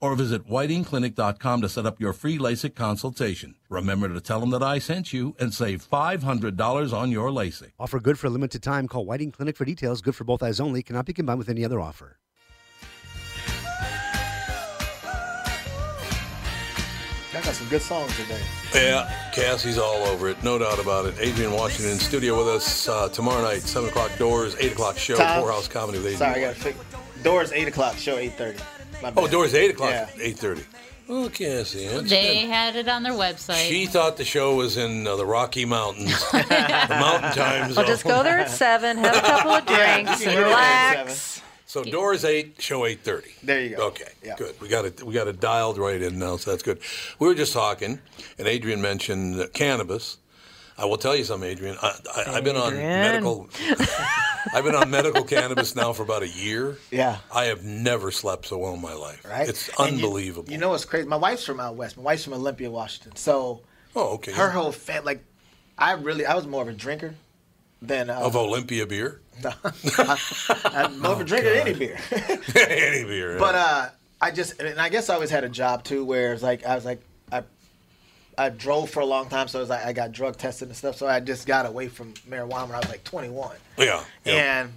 [SPEAKER 4] or visit whitingclinic.com to set up your free LASIK consultation. Remember to tell them that I sent you and save $500 on your LASIK.
[SPEAKER 9] Offer good for a limited time. Call Whiting Clinic for details. Good for both eyes only. Cannot be combined with any other offer.
[SPEAKER 5] I got some good songs today.
[SPEAKER 4] Yeah, Cassie's all over it, no doubt about it. Adrian Washington in studio with us uh, tomorrow night, 7 o'clock doors, 8 o'clock show,
[SPEAKER 5] Time.
[SPEAKER 4] Poorhouse Comedy with Adrian.
[SPEAKER 5] Sorry, I got to fix. Doors eight o'clock. Show eight thirty.
[SPEAKER 4] oh, doors 8 o'clock,
[SPEAKER 5] Yeah.
[SPEAKER 4] 8.30. Oh, Cassie, that's
[SPEAKER 2] They
[SPEAKER 4] good.
[SPEAKER 2] had it on their website.
[SPEAKER 4] She thought the show was in uh, the
[SPEAKER 7] <laughs>
[SPEAKER 4] Rocky Mountains, the mountain time zone.
[SPEAKER 7] Well, just go there at seven, have a couple
[SPEAKER 5] <laughs>
[SPEAKER 7] of drinks, and relax.
[SPEAKER 4] So doors eight, show eight thirty. There you go. Okay, good. We got it. We got it dialed right in now, so that's good. We were just talking, and Adrian mentioned cannabis. I will tell you something, Adrian. I, I, I've been on
[SPEAKER 5] Adrian.
[SPEAKER 4] medical. I've been on medical cannabis now for about a year.
[SPEAKER 5] Yeah.
[SPEAKER 4] I have never slept so well in my life.
[SPEAKER 5] Right?
[SPEAKER 4] It's
[SPEAKER 5] And you-
[SPEAKER 4] unbelievable.
[SPEAKER 5] You, know what's crazy? My wife's from out west. My wife's from Olympia, Washington. So,
[SPEAKER 4] oh, okay.
[SPEAKER 5] Her whole fam, like, I really, I was more of a drinker than uh, <laughs>
[SPEAKER 4] of Olympia beer,
[SPEAKER 5] I'm more of a drinker than any beer.
[SPEAKER 4] Oh, <laughs> any beer. yeah.
[SPEAKER 5] But uh, I just, and I guess I always had a job too, where it's like I was like I, I drove for a long time, so it was like I got drug tested and stuff. So I just got away from marijuana when I was like 21,
[SPEAKER 4] yeah, yeah.
[SPEAKER 5] and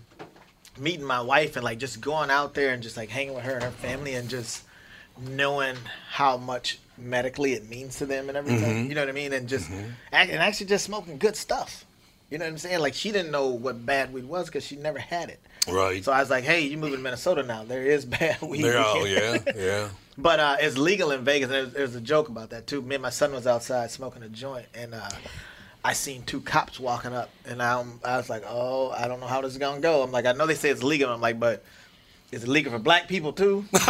[SPEAKER 5] meeting my wife and like just going out there and just like hanging with her and her family and just knowing how much medically it means to them and everything.
[SPEAKER 4] Mm-hmm.
[SPEAKER 10] Mhm.
[SPEAKER 5] You know what I mean? And just act- and actually just smoking good stuff. You know what I'm saying? Like she didn't know what bad weed was because she never had it.
[SPEAKER 4] right.
[SPEAKER 5] So I was like, "Hey, you moving to Minnesota now? There is <laughs> bad weed."
[SPEAKER 4] They're all,
[SPEAKER 5] here." <laughs>
[SPEAKER 4] yeah, yeah.
[SPEAKER 5] But uh, it's legal in Vegas, and there's, there's a joke about that too. Me and my son was outside smoking a joint, and uh, I seen two cops walking up, and I, I was like, "Oh, I don't know how this is gonna go." I'm like, "I know they say it's legal." I'm like, "But is it legal for black people too?" <laughs>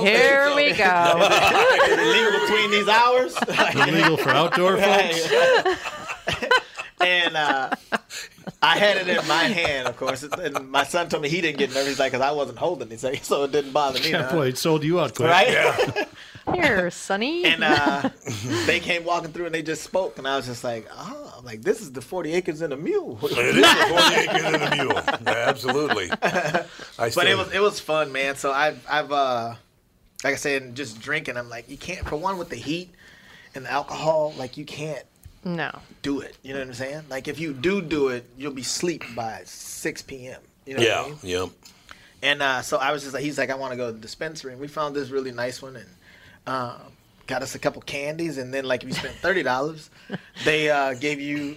[SPEAKER 7] Here we go.
[SPEAKER 5] <laughs> is it legal between these hours?
[SPEAKER 6] Illegal
[SPEAKER 5] <laughs>
[SPEAKER 6] for outdoor folks?
[SPEAKER 5] and uh, I had it in
[SPEAKER 7] <laughs>
[SPEAKER 5] my hand, of course. And my son told me he didn't get nervous, he's like, because I wasn't holding it, He's like, so it didn't bother me.
[SPEAKER 6] Yeah,
[SPEAKER 5] none.
[SPEAKER 6] boy, it sold you out
[SPEAKER 5] <laughs>
[SPEAKER 6] quick.
[SPEAKER 5] Right? <laughs>
[SPEAKER 7] Here, Sonny.
[SPEAKER 5] And uh, <laughs> they came walking through and they just spoke, and I was just like, oh, I'm like this is the 40 acres and a mule.
[SPEAKER 4] It is the 40 acres and a
[SPEAKER 5] <laughs>
[SPEAKER 4] mule. Absolutely. I
[SPEAKER 5] but
[SPEAKER 4] still-
[SPEAKER 5] it was it was fun, man. So I've I've uh, like I said, just drinking. I'm like, you can't for one with the heat and the alcohol, like you can't
[SPEAKER 7] No.
[SPEAKER 5] do it. You know what I'm saying? Like if you do do it, you'll be asleep by 6 p.m. You know what I
[SPEAKER 4] yeah,
[SPEAKER 5] mean?
[SPEAKER 4] yeah.
[SPEAKER 5] And uh, so I was just like, he's like, I want to go to the dispensary, and we found this really nice one, and uh, got us a couple candies, and then like if you spent thirty <laughs> dollars, they uh, gave you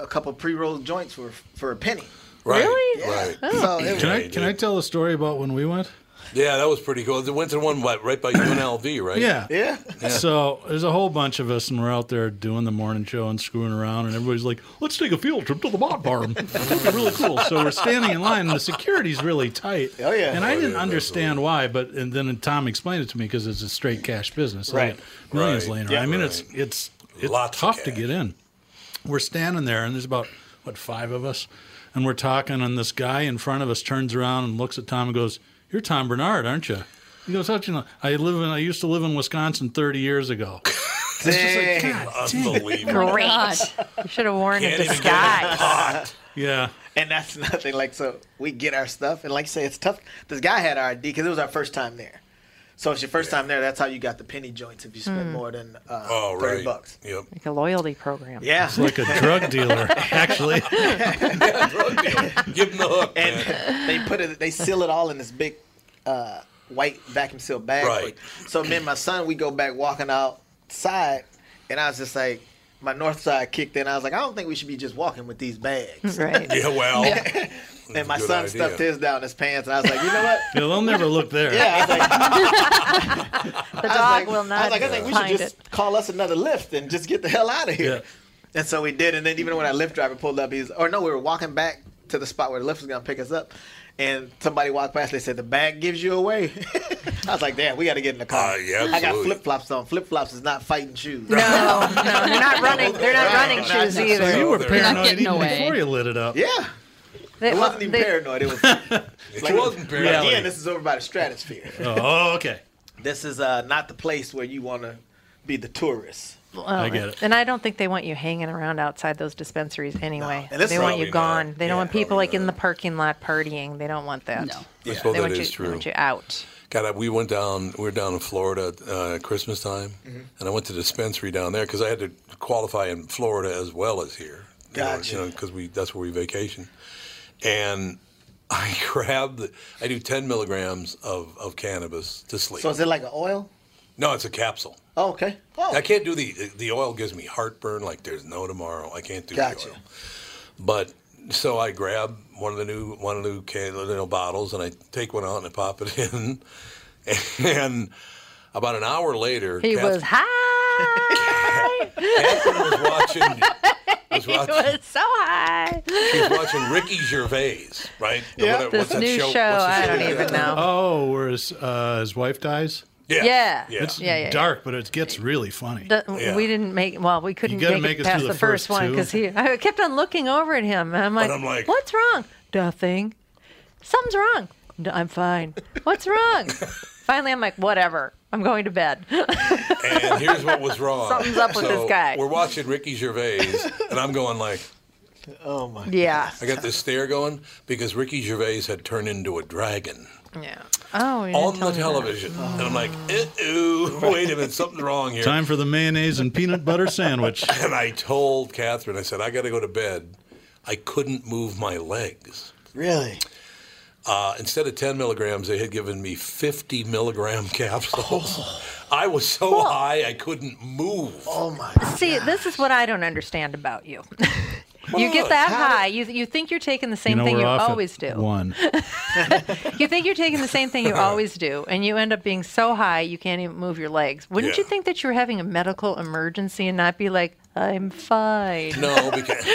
[SPEAKER 5] a couple pre-rolled joints for for a penny.
[SPEAKER 4] Right,
[SPEAKER 5] Really? Oh.
[SPEAKER 4] Right.
[SPEAKER 5] So it
[SPEAKER 6] Can I, can I tell a story about when we went?
[SPEAKER 4] Yeah, that was pretty cool. They went to the one by,
[SPEAKER 6] <coughs>
[SPEAKER 4] right by UNLV, right?
[SPEAKER 6] Yeah.
[SPEAKER 5] Yeah.
[SPEAKER 6] So there's a whole bunch of us, and we're out there doing the morning show and screwing around, and everybody's like, "Let's take a field trip to the Mod Farm." It'd be really cool. So we're standing in line, and the security's really tight.
[SPEAKER 5] Oh yeah.
[SPEAKER 6] And I
[SPEAKER 5] Oh, yeah,
[SPEAKER 6] didn't understand why, but and then Tom explained it to me because it's a straight cash business. I
[SPEAKER 5] Right.
[SPEAKER 6] got Millions
[SPEAKER 4] Right.
[SPEAKER 6] laying around.
[SPEAKER 4] Yeah,
[SPEAKER 6] I mean,
[SPEAKER 4] right.
[SPEAKER 6] it's it's it's tough to get in. We're standing there, and there's about what five of us, and we're talking, and this guy in front of us turns around and looks at Tom and goes, "You're Tom Bernard, aren't you?" He goes, "How'd you know? I live in. I used to live in Wisconsin 30 years ago." It's just like,
[SPEAKER 5] Dang.
[SPEAKER 6] God dang.
[SPEAKER 5] <laughs>
[SPEAKER 7] You should have worn a
[SPEAKER 5] Can't even get it
[SPEAKER 7] disguise.
[SPEAKER 6] Yeah.
[SPEAKER 5] And that's nothing. Like, so we get our stuff, and like I say, it's tough. This guy had our ID because it was our first time there. So it's your first time there. That's how you got the penny joints if you spent
[SPEAKER 7] Hmm.
[SPEAKER 5] more than uh,
[SPEAKER 4] Oh,
[SPEAKER 5] thirty
[SPEAKER 4] right.
[SPEAKER 5] bucks.
[SPEAKER 4] Yep.
[SPEAKER 7] Like a loyalty program.
[SPEAKER 5] Yeah.
[SPEAKER 6] It's like a drug
[SPEAKER 5] <laughs>
[SPEAKER 4] <laughs>
[SPEAKER 6] dealer, actually.
[SPEAKER 4] Give them the hook.
[SPEAKER 5] And they put it. They seal it all in this big uh, white vacuum sealed bag.
[SPEAKER 4] Right.
[SPEAKER 5] So me and my son, we go back walking outside, and I was just like. My north side kicked in. I was like, I don't think we should be just walking with these bags. <laughs>
[SPEAKER 7] Right.
[SPEAKER 4] Yeah, well,
[SPEAKER 5] and my
[SPEAKER 4] good
[SPEAKER 5] son
[SPEAKER 4] idea.
[SPEAKER 5] stuffed his down his pants, and I was like, you know
[SPEAKER 4] <laughs>
[SPEAKER 5] what?
[SPEAKER 6] Yeah, they'll never look there.
[SPEAKER 7] <laughs>
[SPEAKER 5] Yeah,
[SPEAKER 7] The
[SPEAKER 5] I
[SPEAKER 7] dog
[SPEAKER 5] was like-
[SPEAKER 7] will not
[SPEAKER 5] I was like, I think we should
[SPEAKER 7] find
[SPEAKER 5] just call us another lift and just get the hell out of here.
[SPEAKER 6] Yeah.
[SPEAKER 5] And so we did. And then even when our lift driver pulled up, he's or no, we were walking back to the spot where the lift was gonna pick us up, and somebody walked past. They said the bag gives you away. <laughs> I was like, damn, we got to get in the car.
[SPEAKER 4] yeah,
[SPEAKER 5] I got
[SPEAKER 4] absolutely.
[SPEAKER 5] flip flops on. Flip flops is not fighting shoes.
[SPEAKER 7] No,
[SPEAKER 5] <laughs>
[SPEAKER 7] no, they're not running. They're not running shoes either.
[SPEAKER 6] So you were paranoid
[SPEAKER 7] getting
[SPEAKER 6] even
[SPEAKER 7] away.
[SPEAKER 6] before you lit it up.
[SPEAKER 5] Yeah. It wasn't even paranoid. It was.
[SPEAKER 6] It wasn't paranoid.
[SPEAKER 5] Again, this is over by the stratosphere.
[SPEAKER 6] <laughs> Oh, okay.
[SPEAKER 5] This is uh, not the place where you want to be the tourist.
[SPEAKER 7] Well, Oh, And I don't think they want you hanging around outside those dispensaries anyway.
[SPEAKER 5] And this
[SPEAKER 7] They
[SPEAKER 5] is-
[SPEAKER 7] want you
[SPEAKER 5] Probably
[SPEAKER 7] gone.
[SPEAKER 5] not.
[SPEAKER 7] They don't want people like in the parking lot partying. They don't want that. No.
[SPEAKER 4] I suppose
[SPEAKER 7] they
[SPEAKER 4] that
[SPEAKER 7] want you,
[SPEAKER 4] is
[SPEAKER 7] They
[SPEAKER 4] true.
[SPEAKER 7] want you out.
[SPEAKER 4] God, I- we went down. We were down in Florida uh, Christmas time,
[SPEAKER 5] Mm-hmm.
[SPEAKER 4] and I went to the dispensary down there because I had to qualify in Florida as well as here. Because
[SPEAKER 5] Gotcha.
[SPEAKER 4] you know, 'cause we that's where we vacation, and <laughs> I grabbed. The, I do ten milligrams of, of cannabis to sleep.
[SPEAKER 5] So is it like an oil?
[SPEAKER 4] no, it's a capsule.
[SPEAKER 5] Oh, okay. Oh,
[SPEAKER 4] I can't do the the oil gives me heartburn. Like there's no tomorrow. I can't do
[SPEAKER 5] Gotcha.
[SPEAKER 4] the oil. But so I grab one of the new one of the new can, little bottles and I take one out and I pop it <laughs> in, and about an hour later,
[SPEAKER 7] He
[SPEAKER 4] Catherine
[SPEAKER 7] was <laughs> high.
[SPEAKER 4] <laughs> was watching. Was
[SPEAKER 7] he
[SPEAKER 4] watching
[SPEAKER 7] was so high.
[SPEAKER 4] she was watching Ricky Gervais, right? The-
[SPEAKER 7] Yeah.
[SPEAKER 4] what-
[SPEAKER 7] This
[SPEAKER 4] that
[SPEAKER 7] new show,
[SPEAKER 4] what's the
[SPEAKER 7] I don't even know.
[SPEAKER 6] <laughs> Oh, where his, uh, his wife dies?
[SPEAKER 4] Yeah.
[SPEAKER 7] Yeah. Yeah.
[SPEAKER 6] It's
[SPEAKER 7] Yeah, yeah, yeah.
[SPEAKER 6] dark, but it gets really funny.
[SPEAKER 7] The- We didn't make. Well, we couldn't
[SPEAKER 6] gotta
[SPEAKER 7] make,
[SPEAKER 6] make
[SPEAKER 7] it
[SPEAKER 6] it through
[SPEAKER 7] past
[SPEAKER 6] the
[SPEAKER 7] the, first,
[SPEAKER 6] first
[SPEAKER 7] one
[SPEAKER 6] two.
[SPEAKER 7] because he. I kept on looking over at him, and I'm like,
[SPEAKER 4] I'm like-
[SPEAKER 7] "What's wrong? Nothing. Something's wrong. "No, I'm fine. What's wrong?" Finally, I'm like, "Whatever. I'm going to bed."
[SPEAKER 4] And here's what was wrong.
[SPEAKER 7] Something's up with
[SPEAKER 4] So
[SPEAKER 7] this guy.
[SPEAKER 4] We're watching Ricky Gervais, and I'm going like,
[SPEAKER 5] oh my.
[SPEAKER 7] <laughs> yeah.
[SPEAKER 4] I got this stare going because Ricky Gervais had turned into a dragon
[SPEAKER 7] Yeah. Oh. you
[SPEAKER 4] on
[SPEAKER 7] didn't tell
[SPEAKER 4] the
[SPEAKER 7] me that. Oh.
[SPEAKER 4] television, and I'm like,
[SPEAKER 7] <laughs>
[SPEAKER 4] ooh, wait a minute, something's wrong here.
[SPEAKER 6] Time for the mayonnaise and peanut butter sandwich.
[SPEAKER 4] <laughs>
[SPEAKER 6] <laughs>
[SPEAKER 4] And I told Catherine, I said, I got to go to bed. I couldn't move my legs.
[SPEAKER 5] Really?
[SPEAKER 4] Uh, instead of 10 milligrams, they had given me 50 milligram <laughs> capsules.
[SPEAKER 7] Oh.
[SPEAKER 4] I was so high, I couldn't move.
[SPEAKER 5] Oh my.
[SPEAKER 7] See, this is what I don't understand about you. <laughs> you
[SPEAKER 4] What?
[SPEAKER 7] get that
[SPEAKER 4] How
[SPEAKER 7] high. You you think you're taking the
[SPEAKER 6] you
[SPEAKER 7] same
[SPEAKER 6] know,
[SPEAKER 7] thing
[SPEAKER 6] we're
[SPEAKER 7] you
[SPEAKER 6] off at
[SPEAKER 7] always do.
[SPEAKER 6] One.
[SPEAKER 7] You think you're taking the same thing
[SPEAKER 4] <laughs>
[SPEAKER 7] you always do, and you end up being so high you can't even move your legs. Wouldn't
[SPEAKER 4] Yeah.
[SPEAKER 7] you think that you're having a medical emergency and not be like, I'm fine?
[SPEAKER 4] No,
[SPEAKER 7] <laughs>
[SPEAKER 4] because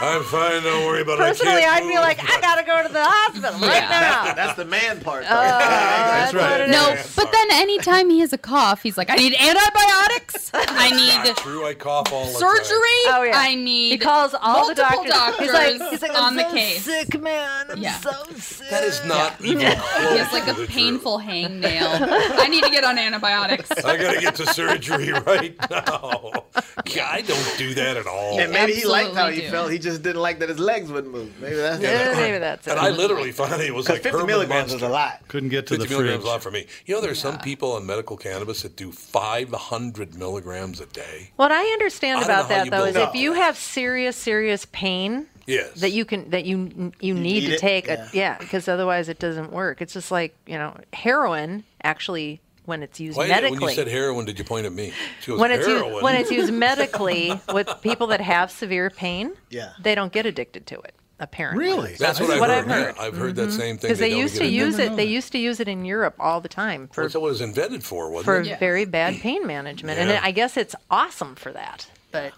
[SPEAKER 4] I'm fine, don't worry about it. I can't
[SPEAKER 7] Personally, I'd be
[SPEAKER 4] move.
[SPEAKER 7] like, I gotta go to the hospital right now.
[SPEAKER 5] That's the
[SPEAKER 7] <laughs>
[SPEAKER 5] man
[SPEAKER 7] Oh,
[SPEAKER 5] part.
[SPEAKER 7] Uh, that's
[SPEAKER 5] right.
[SPEAKER 3] No, but then anytime he has a cough, he's like, I need antibiotics. I need
[SPEAKER 4] Not true, I cough all the
[SPEAKER 3] surgery.
[SPEAKER 4] time.
[SPEAKER 7] Oh, yeah.
[SPEAKER 3] I need.
[SPEAKER 7] He calls all the
[SPEAKER 3] multiple
[SPEAKER 7] doctors. He's like,
[SPEAKER 3] doctors
[SPEAKER 7] he's like,
[SPEAKER 3] on
[SPEAKER 7] I'm
[SPEAKER 3] the
[SPEAKER 7] so
[SPEAKER 3] case."
[SPEAKER 7] sick, man. I'm
[SPEAKER 3] Yeah.
[SPEAKER 7] so sick.
[SPEAKER 4] That is
[SPEAKER 7] <laughs>
[SPEAKER 4] not even
[SPEAKER 3] He
[SPEAKER 4] close.
[SPEAKER 3] has like
[SPEAKER 4] to
[SPEAKER 3] a
[SPEAKER 4] the
[SPEAKER 3] painful hangnail. I need to get on antibiotics.
[SPEAKER 4] <laughs> truth. I got to get to surgery right now. God, I don't do that at all.
[SPEAKER 5] And maybe he liked how he felt. He just didn't like that his legs wouldn't move. Maybe that's
[SPEAKER 4] Yeah, maybe that's it. And I literally found it was
[SPEAKER 5] 'Cause
[SPEAKER 4] like
[SPEAKER 5] 50
[SPEAKER 4] Herman
[SPEAKER 5] milligrams is
[SPEAKER 4] Munster.
[SPEAKER 5] a lot.
[SPEAKER 6] Couldn't get to
[SPEAKER 4] 50
[SPEAKER 6] the
[SPEAKER 4] milligrams
[SPEAKER 6] fridge.
[SPEAKER 4] is a lot for me. You know, there's some people on medical cannabis that do 500 milligrams a day.
[SPEAKER 7] What I understand
[SPEAKER 4] I don't know
[SPEAKER 7] about
[SPEAKER 4] how
[SPEAKER 7] that
[SPEAKER 4] you
[SPEAKER 7] though
[SPEAKER 4] build
[SPEAKER 7] is
[SPEAKER 4] up
[SPEAKER 7] if you have serious, serious pain,
[SPEAKER 4] Yes.
[SPEAKER 7] that you can that you you need
[SPEAKER 4] need
[SPEAKER 7] to
[SPEAKER 4] it?
[SPEAKER 7] take a yeah because otherwise it doesn't work. It's just like you know heroin actually when it's used
[SPEAKER 4] Why,
[SPEAKER 7] medically.
[SPEAKER 4] when you said heroin, did you point at me? She goes,
[SPEAKER 7] when it's used,
[SPEAKER 4] heroin.
[SPEAKER 7] when it's
[SPEAKER 4] <laughs>
[SPEAKER 7] used medically with people that have severe pain,
[SPEAKER 4] Yeah.
[SPEAKER 7] they don't get addicted to it. Apparently,
[SPEAKER 4] Really? That's what
[SPEAKER 7] That's
[SPEAKER 4] I've
[SPEAKER 7] what
[SPEAKER 4] heard,
[SPEAKER 7] I've heard.
[SPEAKER 4] yeah. I've heard that same thing.
[SPEAKER 7] because
[SPEAKER 4] They
[SPEAKER 7] they,
[SPEAKER 4] don't
[SPEAKER 7] used
[SPEAKER 4] get
[SPEAKER 7] to
[SPEAKER 4] it.
[SPEAKER 7] use
[SPEAKER 4] Didn't
[SPEAKER 7] it.
[SPEAKER 4] know
[SPEAKER 7] They used to use it in Europe all the time for
[SPEAKER 4] That's what it was invented for, wasn't
[SPEAKER 7] for
[SPEAKER 4] it?
[SPEAKER 7] very bad pain management, and
[SPEAKER 4] Yeah.
[SPEAKER 7] I guess it's awesome for that. But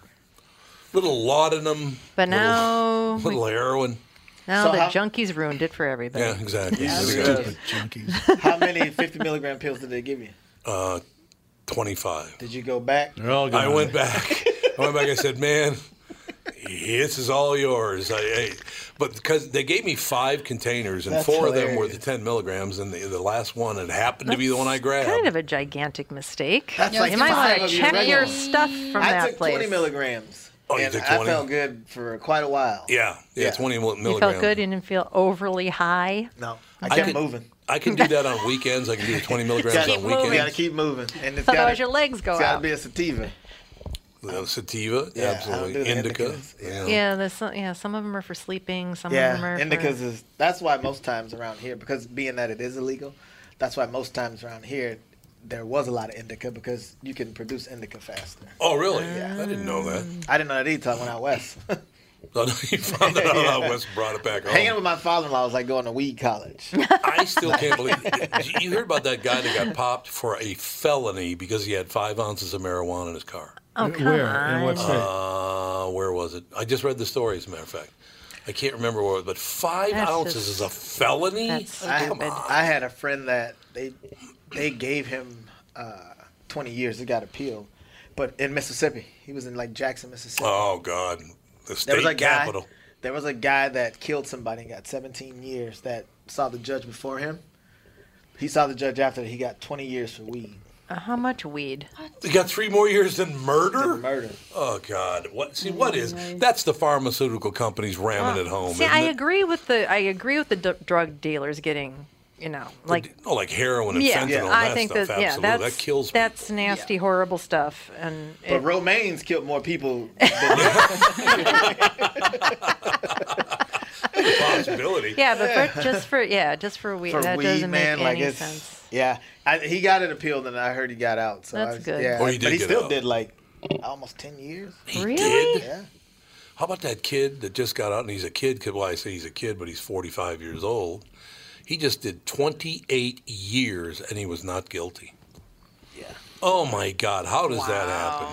[SPEAKER 4] Little laudanum.
[SPEAKER 7] but
[SPEAKER 4] little-
[SPEAKER 7] now
[SPEAKER 4] <laughs> Little, heroin.
[SPEAKER 7] now
[SPEAKER 5] So
[SPEAKER 7] the
[SPEAKER 5] how-
[SPEAKER 7] junkies ruined it for everybody.
[SPEAKER 4] Yeah, exactly.
[SPEAKER 5] Yeah.
[SPEAKER 4] There you go.
[SPEAKER 5] Stupid <laughs> How many 50 milligram pills did they give you?
[SPEAKER 4] Uh, 25.
[SPEAKER 5] Did you go back?
[SPEAKER 4] I went back. I went back. I said, "Man, this is all yours." I, I, but because they gave me five containers, and
[SPEAKER 7] That's
[SPEAKER 4] four of them were the ten milligrams, and the, the last one it happened to be the one I
[SPEAKER 7] That's
[SPEAKER 4] grabbed.
[SPEAKER 7] Kind of a gigantic mistake.
[SPEAKER 5] That's
[SPEAKER 7] you
[SPEAKER 5] like
[SPEAKER 7] might
[SPEAKER 5] five
[SPEAKER 7] want
[SPEAKER 5] of
[SPEAKER 7] to
[SPEAKER 5] your
[SPEAKER 7] check
[SPEAKER 5] regular
[SPEAKER 7] your
[SPEAKER 5] ones.
[SPEAKER 7] stuff from
[SPEAKER 5] I
[SPEAKER 7] that
[SPEAKER 5] took
[SPEAKER 7] place.
[SPEAKER 5] 20 milligrams.
[SPEAKER 4] Oh, you
[SPEAKER 5] and
[SPEAKER 4] took
[SPEAKER 5] I
[SPEAKER 4] 20?
[SPEAKER 5] felt good for quite a while.
[SPEAKER 4] yeah, yeah, twenty mil-
[SPEAKER 7] You
[SPEAKER 4] milligrams.
[SPEAKER 7] felt good. You didn't feel overly high.
[SPEAKER 5] No,
[SPEAKER 4] could- I can do that on weekends. I can do
[SPEAKER 5] <laughs>
[SPEAKER 4] the twenty milligrams
[SPEAKER 5] Gotta
[SPEAKER 4] on
[SPEAKER 5] keep moving. Gotta
[SPEAKER 4] weekends.
[SPEAKER 5] keep moving. And it's
[SPEAKER 7] Otherwise
[SPEAKER 5] gotta,
[SPEAKER 7] your legs go
[SPEAKER 5] it's gotta
[SPEAKER 7] out.
[SPEAKER 5] be a sativa.
[SPEAKER 4] The sativa,
[SPEAKER 5] Yeah, I don't do
[SPEAKER 4] absolutely.
[SPEAKER 5] the
[SPEAKER 4] Indica.
[SPEAKER 5] indicas.
[SPEAKER 4] Yeah.
[SPEAKER 7] Yeah, there's some, yeah. Some of them are for sleeping. Some
[SPEAKER 5] yeah,
[SPEAKER 7] of them are
[SPEAKER 5] indicas
[SPEAKER 7] for,
[SPEAKER 5] is that's why most times around here, because being that it is illegal, that's why most times around here there was a lot of indica because you can produce indica faster.
[SPEAKER 4] Oh, really? I didn't know that. <laughs>
[SPEAKER 5] I didn't know that either until I went out west.
[SPEAKER 4] I know you found that out.
[SPEAKER 5] Yeah.
[SPEAKER 4] how Wes brought it back
[SPEAKER 5] <laughs>
[SPEAKER 4] home.
[SPEAKER 5] Hanging with my father-in-law was like going to weed college.
[SPEAKER 4] <laughs> I still
[SPEAKER 5] <laughs>
[SPEAKER 4] can't believe you heard about that guy that got popped for a felony because he had five ounces of marijuana in his car.
[SPEAKER 7] Oh, come Where? In what on. state?
[SPEAKER 4] Uh, where was it? I just read the story, as a matter of fact. I can't remember where, it was, but five
[SPEAKER 5] That's
[SPEAKER 4] ounces
[SPEAKER 5] just-
[SPEAKER 4] is a felony.
[SPEAKER 5] I,
[SPEAKER 4] Come on.
[SPEAKER 5] I had a friend that they they gave him uh, 20 years. It got appealed, but in Mississippi, he was in like Jackson, Mississippi.
[SPEAKER 4] Oh God, the
[SPEAKER 5] There
[SPEAKER 4] state
[SPEAKER 5] was a guy-
[SPEAKER 4] capital.
[SPEAKER 5] There was a guy that killed somebody and got 17 years. That saw the judge before him. He saw the judge after he got 20 years for weed.
[SPEAKER 7] Uh, how much weed?
[SPEAKER 4] They got three more years than murder.
[SPEAKER 5] murder.
[SPEAKER 4] Oh God! What? See, what is? That's the pharmaceutical companies ramming it home.
[SPEAKER 7] Mm-hmm. See,
[SPEAKER 4] isn't
[SPEAKER 7] I
[SPEAKER 4] it?
[SPEAKER 7] agree with the I agree with the d- drug dealers getting you know like
[SPEAKER 4] oh, like heroin and
[SPEAKER 7] yeah,
[SPEAKER 4] fentanyl. and
[SPEAKER 7] I
[SPEAKER 4] that
[SPEAKER 7] think
[SPEAKER 4] stuff.
[SPEAKER 7] that yeah
[SPEAKER 4] absolutely.
[SPEAKER 7] that's
[SPEAKER 4] that kills.
[SPEAKER 7] that's nasty horrible stuff and
[SPEAKER 5] But
[SPEAKER 7] it-
[SPEAKER 5] Romaine's killed more people.
[SPEAKER 7] <laughs>
[SPEAKER 4] Possibility.
[SPEAKER 7] yeah but
[SPEAKER 5] <laughs>
[SPEAKER 7] for, just for yeah just for weed
[SPEAKER 5] for
[SPEAKER 7] that
[SPEAKER 5] weed,
[SPEAKER 7] doesn't
[SPEAKER 5] man,
[SPEAKER 7] make
[SPEAKER 5] like
[SPEAKER 7] any
[SPEAKER 5] it's
[SPEAKER 7] sense.
[SPEAKER 5] yeah. I, he got it appealed, and I heard he got out. So I
[SPEAKER 7] That's
[SPEAKER 5] was-
[SPEAKER 7] good.
[SPEAKER 5] Yeah,
[SPEAKER 4] Oh, he
[SPEAKER 5] but
[SPEAKER 4] did
[SPEAKER 5] he
[SPEAKER 4] get
[SPEAKER 5] still
[SPEAKER 4] out.
[SPEAKER 5] did like almost 10 years.
[SPEAKER 7] really?
[SPEAKER 4] did?
[SPEAKER 5] Yeah.
[SPEAKER 4] How about that kid that just got out and he's a kid? 'cause- Well, I say he's a kid, but he's 45 years old. He just did 28 years and he was not guilty.
[SPEAKER 5] Yeah.
[SPEAKER 4] Oh my God! How does that happen?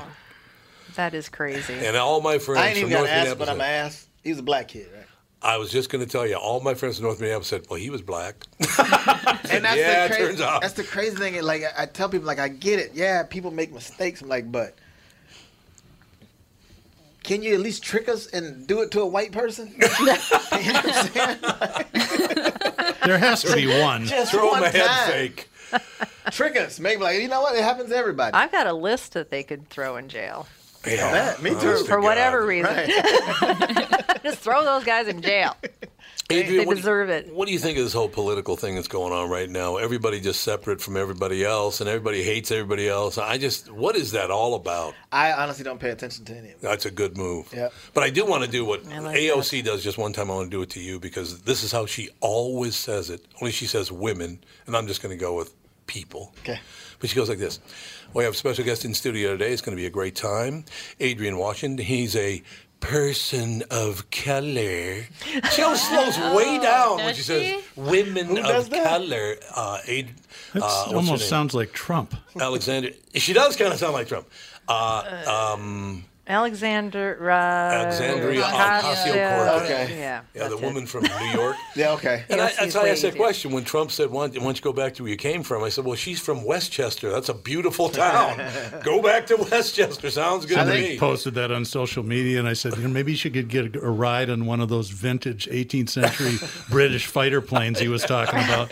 [SPEAKER 7] That is crazy.
[SPEAKER 4] And all my friends
[SPEAKER 5] I ain't
[SPEAKER 4] from
[SPEAKER 5] even
[SPEAKER 4] North
[SPEAKER 5] gonna ask, but I'm
[SPEAKER 4] Minneapolis.
[SPEAKER 5] gonna ask. He was a black kid, right?
[SPEAKER 4] I was just going to tell you, all my friends from North Minneapolis said, "Well, he was black."
[SPEAKER 5] And that's
[SPEAKER 4] Yeah, it
[SPEAKER 5] the crazy,
[SPEAKER 4] turns out.
[SPEAKER 5] That's the crazy thing. and, Like I, I tell people, like I get it. Yeah, people make mistakes. I'm like, but can you at least trick us and do it to a white person?
[SPEAKER 6] There has
[SPEAKER 4] <laughs>
[SPEAKER 6] to be one.
[SPEAKER 5] Just one time. Trick us. Make like you know what? It happens to everybody.
[SPEAKER 7] I've got a list that they could throw in jail.
[SPEAKER 5] Yeah. me too.
[SPEAKER 7] For whatever reason. <laughs> Just throw those guys in jail.
[SPEAKER 4] <laughs> Adrian,
[SPEAKER 7] they
[SPEAKER 4] what
[SPEAKER 7] deserve
[SPEAKER 4] do you,
[SPEAKER 7] it.
[SPEAKER 4] What do you think of this whole political thing that's going on right now? Everybody just separate from everybody else, and everybody hates everybody else. I just, what is that all about?
[SPEAKER 5] I honestly don't pay attention to any of it.
[SPEAKER 4] That's a good move.
[SPEAKER 5] Yeah.
[SPEAKER 4] But I do want to do what
[SPEAKER 5] I like
[SPEAKER 4] AOC does just one time. I want to do it to you because this is how she always says it. Only she says women, and I'm just going to go with people.
[SPEAKER 5] Okay.
[SPEAKER 4] But she goes like this We have a special guest in studio today. It's going to be a great time. Adrian Washington, he's a person of color. She always slows way down when
[SPEAKER 6] does
[SPEAKER 4] she says women
[SPEAKER 6] Who does
[SPEAKER 4] of
[SPEAKER 6] that?
[SPEAKER 4] color. Uh, Ad,
[SPEAKER 6] That
[SPEAKER 4] uh, what's her
[SPEAKER 6] almost
[SPEAKER 4] name?
[SPEAKER 6] sounds like Trump.
[SPEAKER 4] Alexander. She does kind of sound like Trump. Uh, um,
[SPEAKER 7] Alexander uh,
[SPEAKER 4] Alexandria Ocasio-Cortez.
[SPEAKER 7] Okay. Yeah.
[SPEAKER 4] yeah, the woman from New York.
[SPEAKER 5] yeah, okay.
[SPEAKER 4] And I,
[SPEAKER 7] Yes,
[SPEAKER 4] that's
[SPEAKER 7] he's
[SPEAKER 4] why I
[SPEAKER 7] way
[SPEAKER 4] asked that
[SPEAKER 7] easier.
[SPEAKER 4] question when Trump said, why, don't- "Why don't you go back to where you came from?" I said, "Well, she's from Westchester. That's
[SPEAKER 5] <laughs>
[SPEAKER 4] a beautiful town. go back to Westchester. Sounds good to
[SPEAKER 6] Somebody
[SPEAKER 4] me." <laughs>
[SPEAKER 6] posted that on social media, and I said, you know, maybe she could get a ride on one of those vintage 18th
[SPEAKER 4] <laughs>
[SPEAKER 6] century British fighter planes he was talking about.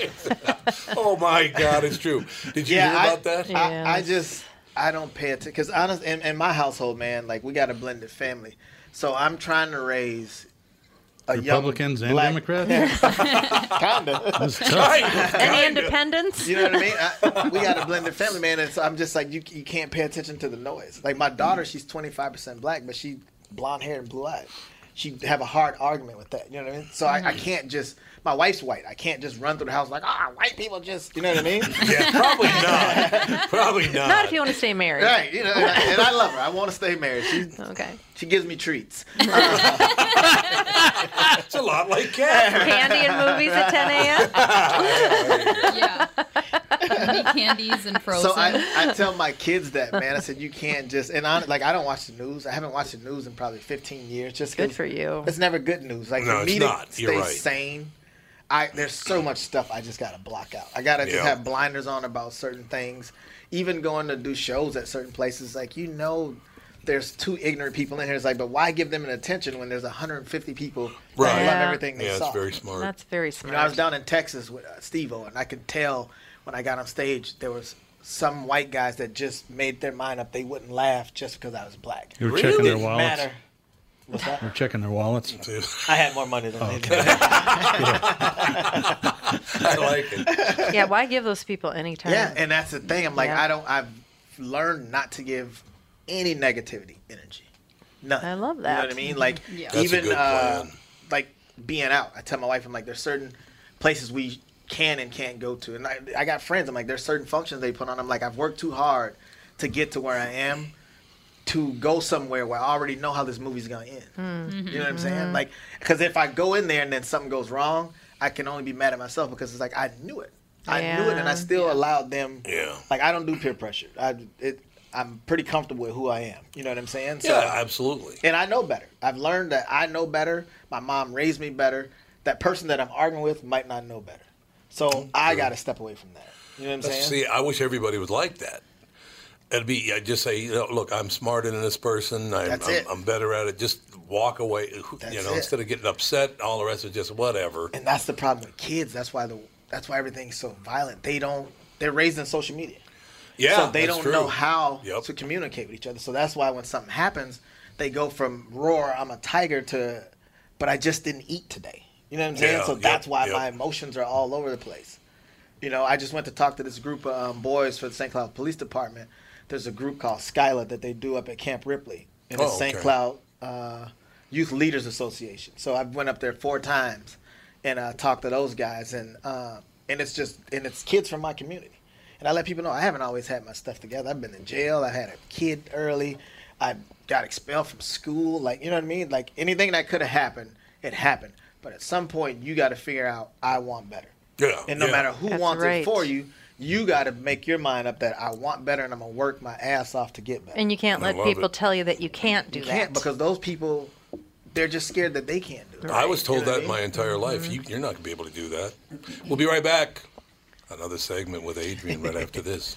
[SPEAKER 4] oh my God, it's true. Did you hear about that?
[SPEAKER 5] I, I just I don't pay attention because honest in, in my household, man, like we got a blended family, so I'm trying to
[SPEAKER 4] <laughs>
[SPEAKER 5] raise a
[SPEAKER 6] Republicans and
[SPEAKER 5] young black,
[SPEAKER 6] Democrats?
[SPEAKER 5] kinda.
[SPEAKER 6] That's tough.
[SPEAKER 5] <laughs>
[SPEAKER 7] And independence.
[SPEAKER 5] You know what I mean? I, we got a blended family, man, and so I'm just like, you, you can't pay attention to the noise. Like my daughter, she's 25% black, but she blonde hair and blue eyed. She have a hard argument with that. You know what I mean? So
[SPEAKER 7] Mm-hmm.
[SPEAKER 5] I, I can't just. My wife's white. I can't just run through the house like, ah, white people just. You know what I mean? yeah, <laughs> probably not.
[SPEAKER 11] Probably
[SPEAKER 7] Not if you want to stay married.
[SPEAKER 5] Right, you know, and I,
[SPEAKER 7] <laughs>
[SPEAKER 5] and I love her. I want to stay married. She,
[SPEAKER 7] okay.
[SPEAKER 5] She gives
[SPEAKER 7] <laughs>
[SPEAKER 5] me treats.
[SPEAKER 11] it's a lot like cat.
[SPEAKER 7] Candy and movies at 10 a.m.
[SPEAKER 5] <laughs>
[SPEAKER 2] candies and frozen.
[SPEAKER 5] So I, I tell my kids that, man. I said you can't just and I like I don't watch the news. I haven't watched the news in probably 15 years. Just
[SPEAKER 7] Good
[SPEAKER 5] 'cause
[SPEAKER 7] for you.
[SPEAKER 5] It's never good news. Like
[SPEAKER 11] No,
[SPEAKER 5] the
[SPEAKER 11] it's
[SPEAKER 5] media
[SPEAKER 11] not.
[SPEAKER 5] stays
[SPEAKER 11] You're right.
[SPEAKER 5] sane. I there's so much stuff I just gotta block out. I gotta just
[SPEAKER 11] Yeah.
[SPEAKER 5] have blinders on about certain things. Even going to do shows at certain places, like you know. There's two ignorant people in here. It's like, but why give them an attention when there's 150 people that
[SPEAKER 4] Right.
[SPEAKER 5] love
[SPEAKER 4] Yeah.
[SPEAKER 5] everything they
[SPEAKER 4] Yeah, it's
[SPEAKER 5] saw?
[SPEAKER 4] very smart.
[SPEAKER 7] That's very smart.
[SPEAKER 5] You know, I was down in Texas with uh, Steve-O, and I could tell when I got on stage there was some white guys that just made their mind up they wouldn't laugh just because I was black.
[SPEAKER 6] You were checking their
[SPEAKER 5] Didn't
[SPEAKER 6] wallets?
[SPEAKER 5] Matter. What's
[SPEAKER 4] <laughs>
[SPEAKER 5] that?
[SPEAKER 6] They're checking their wallets.
[SPEAKER 5] I had more money
[SPEAKER 6] Oh,
[SPEAKER 5] than <laughs> they did.
[SPEAKER 4] I like it.
[SPEAKER 5] <laughs>
[SPEAKER 7] Yeah, why give those people any time?
[SPEAKER 5] Yeah, and that's the thing. I'm like,
[SPEAKER 7] Yeah.
[SPEAKER 5] I don't. I've learned not to give any negativity energy. None. I love You know what I
[SPEAKER 7] that.
[SPEAKER 5] mean? Like
[SPEAKER 7] Yeah.
[SPEAKER 4] That's a
[SPEAKER 5] even
[SPEAKER 4] good
[SPEAKER 5] uh, like being out. I tell my wife, I'm like, there's certain places we can and can't go to, and I, I got friends. I'm like, there's certain functions they put on. I'm like, I've worked too hard to get to where I am. To go somewhere where I already know how this movie's gonna end.
[SPEAKER 3] Hmm.
[SPEAKER 5] You know what I'm
[SPEAKER 3] Mm-hmm.
[SPEAKER 5] saying? Like, because if I go in there and then something goes wrong, I can only be mad at myself because it's like I knew it. I knew it, and I
[SPEAKER 7] Yeah.
[SPEAKER 5] still allowed them.
[SPEAKER 4] Yeah.
[SPEAKER 5] Like I don't do peer pressure. I it, I'm pretty comfortable with who I am. You know what I'm saying?
[SPEAKER 4] Yeah, absolutely.
[SPEAKER 5] And I know better. I've learned that I know better. My mom raised me better. That person that I'm arguing with might not know better. So I got to step away from that. You know what I'm
[SPEAKER 4] That's-
[SPEAKER 5] saying?
[SPEAKER 4] See, I wish everybody was like that. It'd be, I just say, you know, look, I'm smarter than this person. I'm,
[SPEAKER 5] That's
[SPEAKER 4] I'm,
[SPEAKER 5] it.
[SPEAKER 4] I'm better at it. Just walk away. Who- you
[SPEAKER 5] That's
[SPEAKER 4] know,
[SPEAKER 5] it.
[SPEAKER 4] instead of getting upset, and all the rest of it, just whatever.
[SPEAKER 5] And that's the problem with kids. That's why the that's why everything's so violent. They don't. They're raised in social media.
[SPEAKER 4] Yeah,
[SPEAKER 5] So they
[SPEAKER 4] that's
[SPEAKER 5] don't
[SPEAKER 4] true.
[SPEAKER 5] know how to communicate with each other. So that's why when something happens, they go from roar, I'm a tiger to, but I just didn't eat today. You know what I'm saying?
[SPEAKER 4] Yeah,
[SPEAKER 5] so
[SPEAKER 4] yep,
[SPEAKER 5] that's why
[SPEAKER 4] yep.
[SPEAKER 5] my emotions are all over the place. You know, I just went to talk to this group of um, boys for the St. Cloud Police Department. There's a group called Skyla that they do up at Camp Ripley in the
[SPEAKER 10] Oh,
[SPEAKER 5] St.
[SPEAKER 10] okay.
[SPEAKER 5] Cloud uh, Youth Leaders Association. So I went up there four times and uh, talked to those guys, and uh, and it's just and it's kids from my community. And I let people know I haven't always had my stuff together. I've been in jail. I had a kid early. I got expelled from school. Like, you know what I mean? Like, anything that could have happened, it happened. But at some point, you got to figure out, I want better.
[SPEAKER 4] Yeah.
[SPEAKER 5] And no
[SPEAKER 4] Oh, yeah.
[SPEAKER 5] matter who
[SPEAKER 7] That's
[SPEAKER 5] wants
[SPEAKER 7] right.
[SPEAKER 5] it for you, you got to make your mind up that I want better and I'm going to work my ass off to get better.
[SPEAKER 7] And you can't
[SPEAKER 5] I
[SPEAKER 7] let
[SPEAKER 5] love
[SPEAKER 7] people
[SPEAKER 5] it.
[SPEAKER 7] tell you that you can't do
[SPEAKER 5] you
[SPEAKER 7] that.
[SPEAKER 5] can't because those people, they're just scared that they can't do it.
[SPEAKER 4] I was told
[SPEAKER 5] You know what
[SPEAKER 4] that
[SPEAKER 5] I mean? Mm-hmm.
[SPEAKER 4] my entire life. You, you're not going to be able to do that. We'll be right back. Another segment with Adrian <laughs> right after this.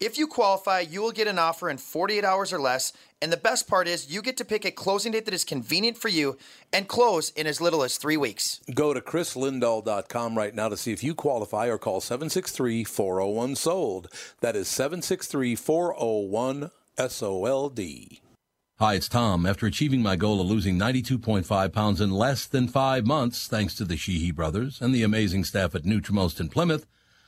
[SPEAKER 12] If you qualify, you will get an offer in 48 hours or less. And the best part is, you get to pick a closing date that is convenient for you and close in as little as three weeks.
[SPEAKER 4] Go to chrislindahl.com right now to see if you qualify or call 763 401 SOLD. That is 763 401 SOLD.
[SPEAKER 13] Hi, it's Tom. After achieving my goal of losing 92.5 pounds in less than five months, thanks to the Sheehy brothers and the amazing staff at Nutrimost in Plymouth,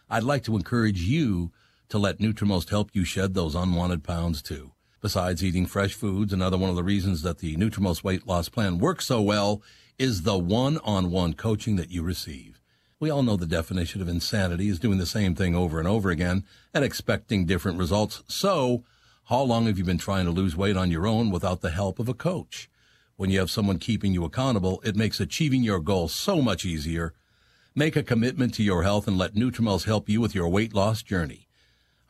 [SPEAKER 13] I'd like to encourage you to let Nutrimost help you shed those unwanted pounds too. Besides eating fresh foods, another one of the reasons that the Nutrimost weight loss plan works so well is the one-on-one coaching that you receive. We all know the definition of insanity is doing the same thing over and over again and expecting different results. So, how long have you been trying to lose weight on your own without the help of a coach? When you have someone keeping you accountable, it makes achieving your goal so much easier. Make a commitment to your health and let Nutrimels help you with your weight loss journey.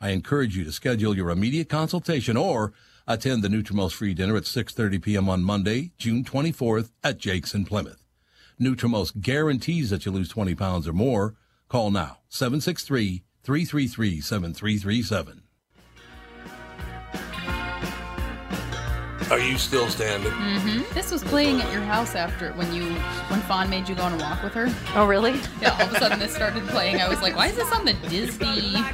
[SPEAKER 13] I encourage you to schedule your immediate consultation or attend the Nutrimels free dinner at 6:30 p.m. on Monday, June 24th at Jake's in Plymouth. Nutrimels guarantees that you lose 20 pounds or more. Call now 763-333-7337.
[SPEAKER 4] Are you still standing?
[SPEAKER 1] Mm-hmm.
[SPEAKER 3] This was playing at your house after when you when Fawn made you go on a walk with her.
[SPEAKER 7] Oh, really?
[SPEAKER 3] Yeah. All of a sudden, this started playing. I was like, "Why is this on the Disney music?"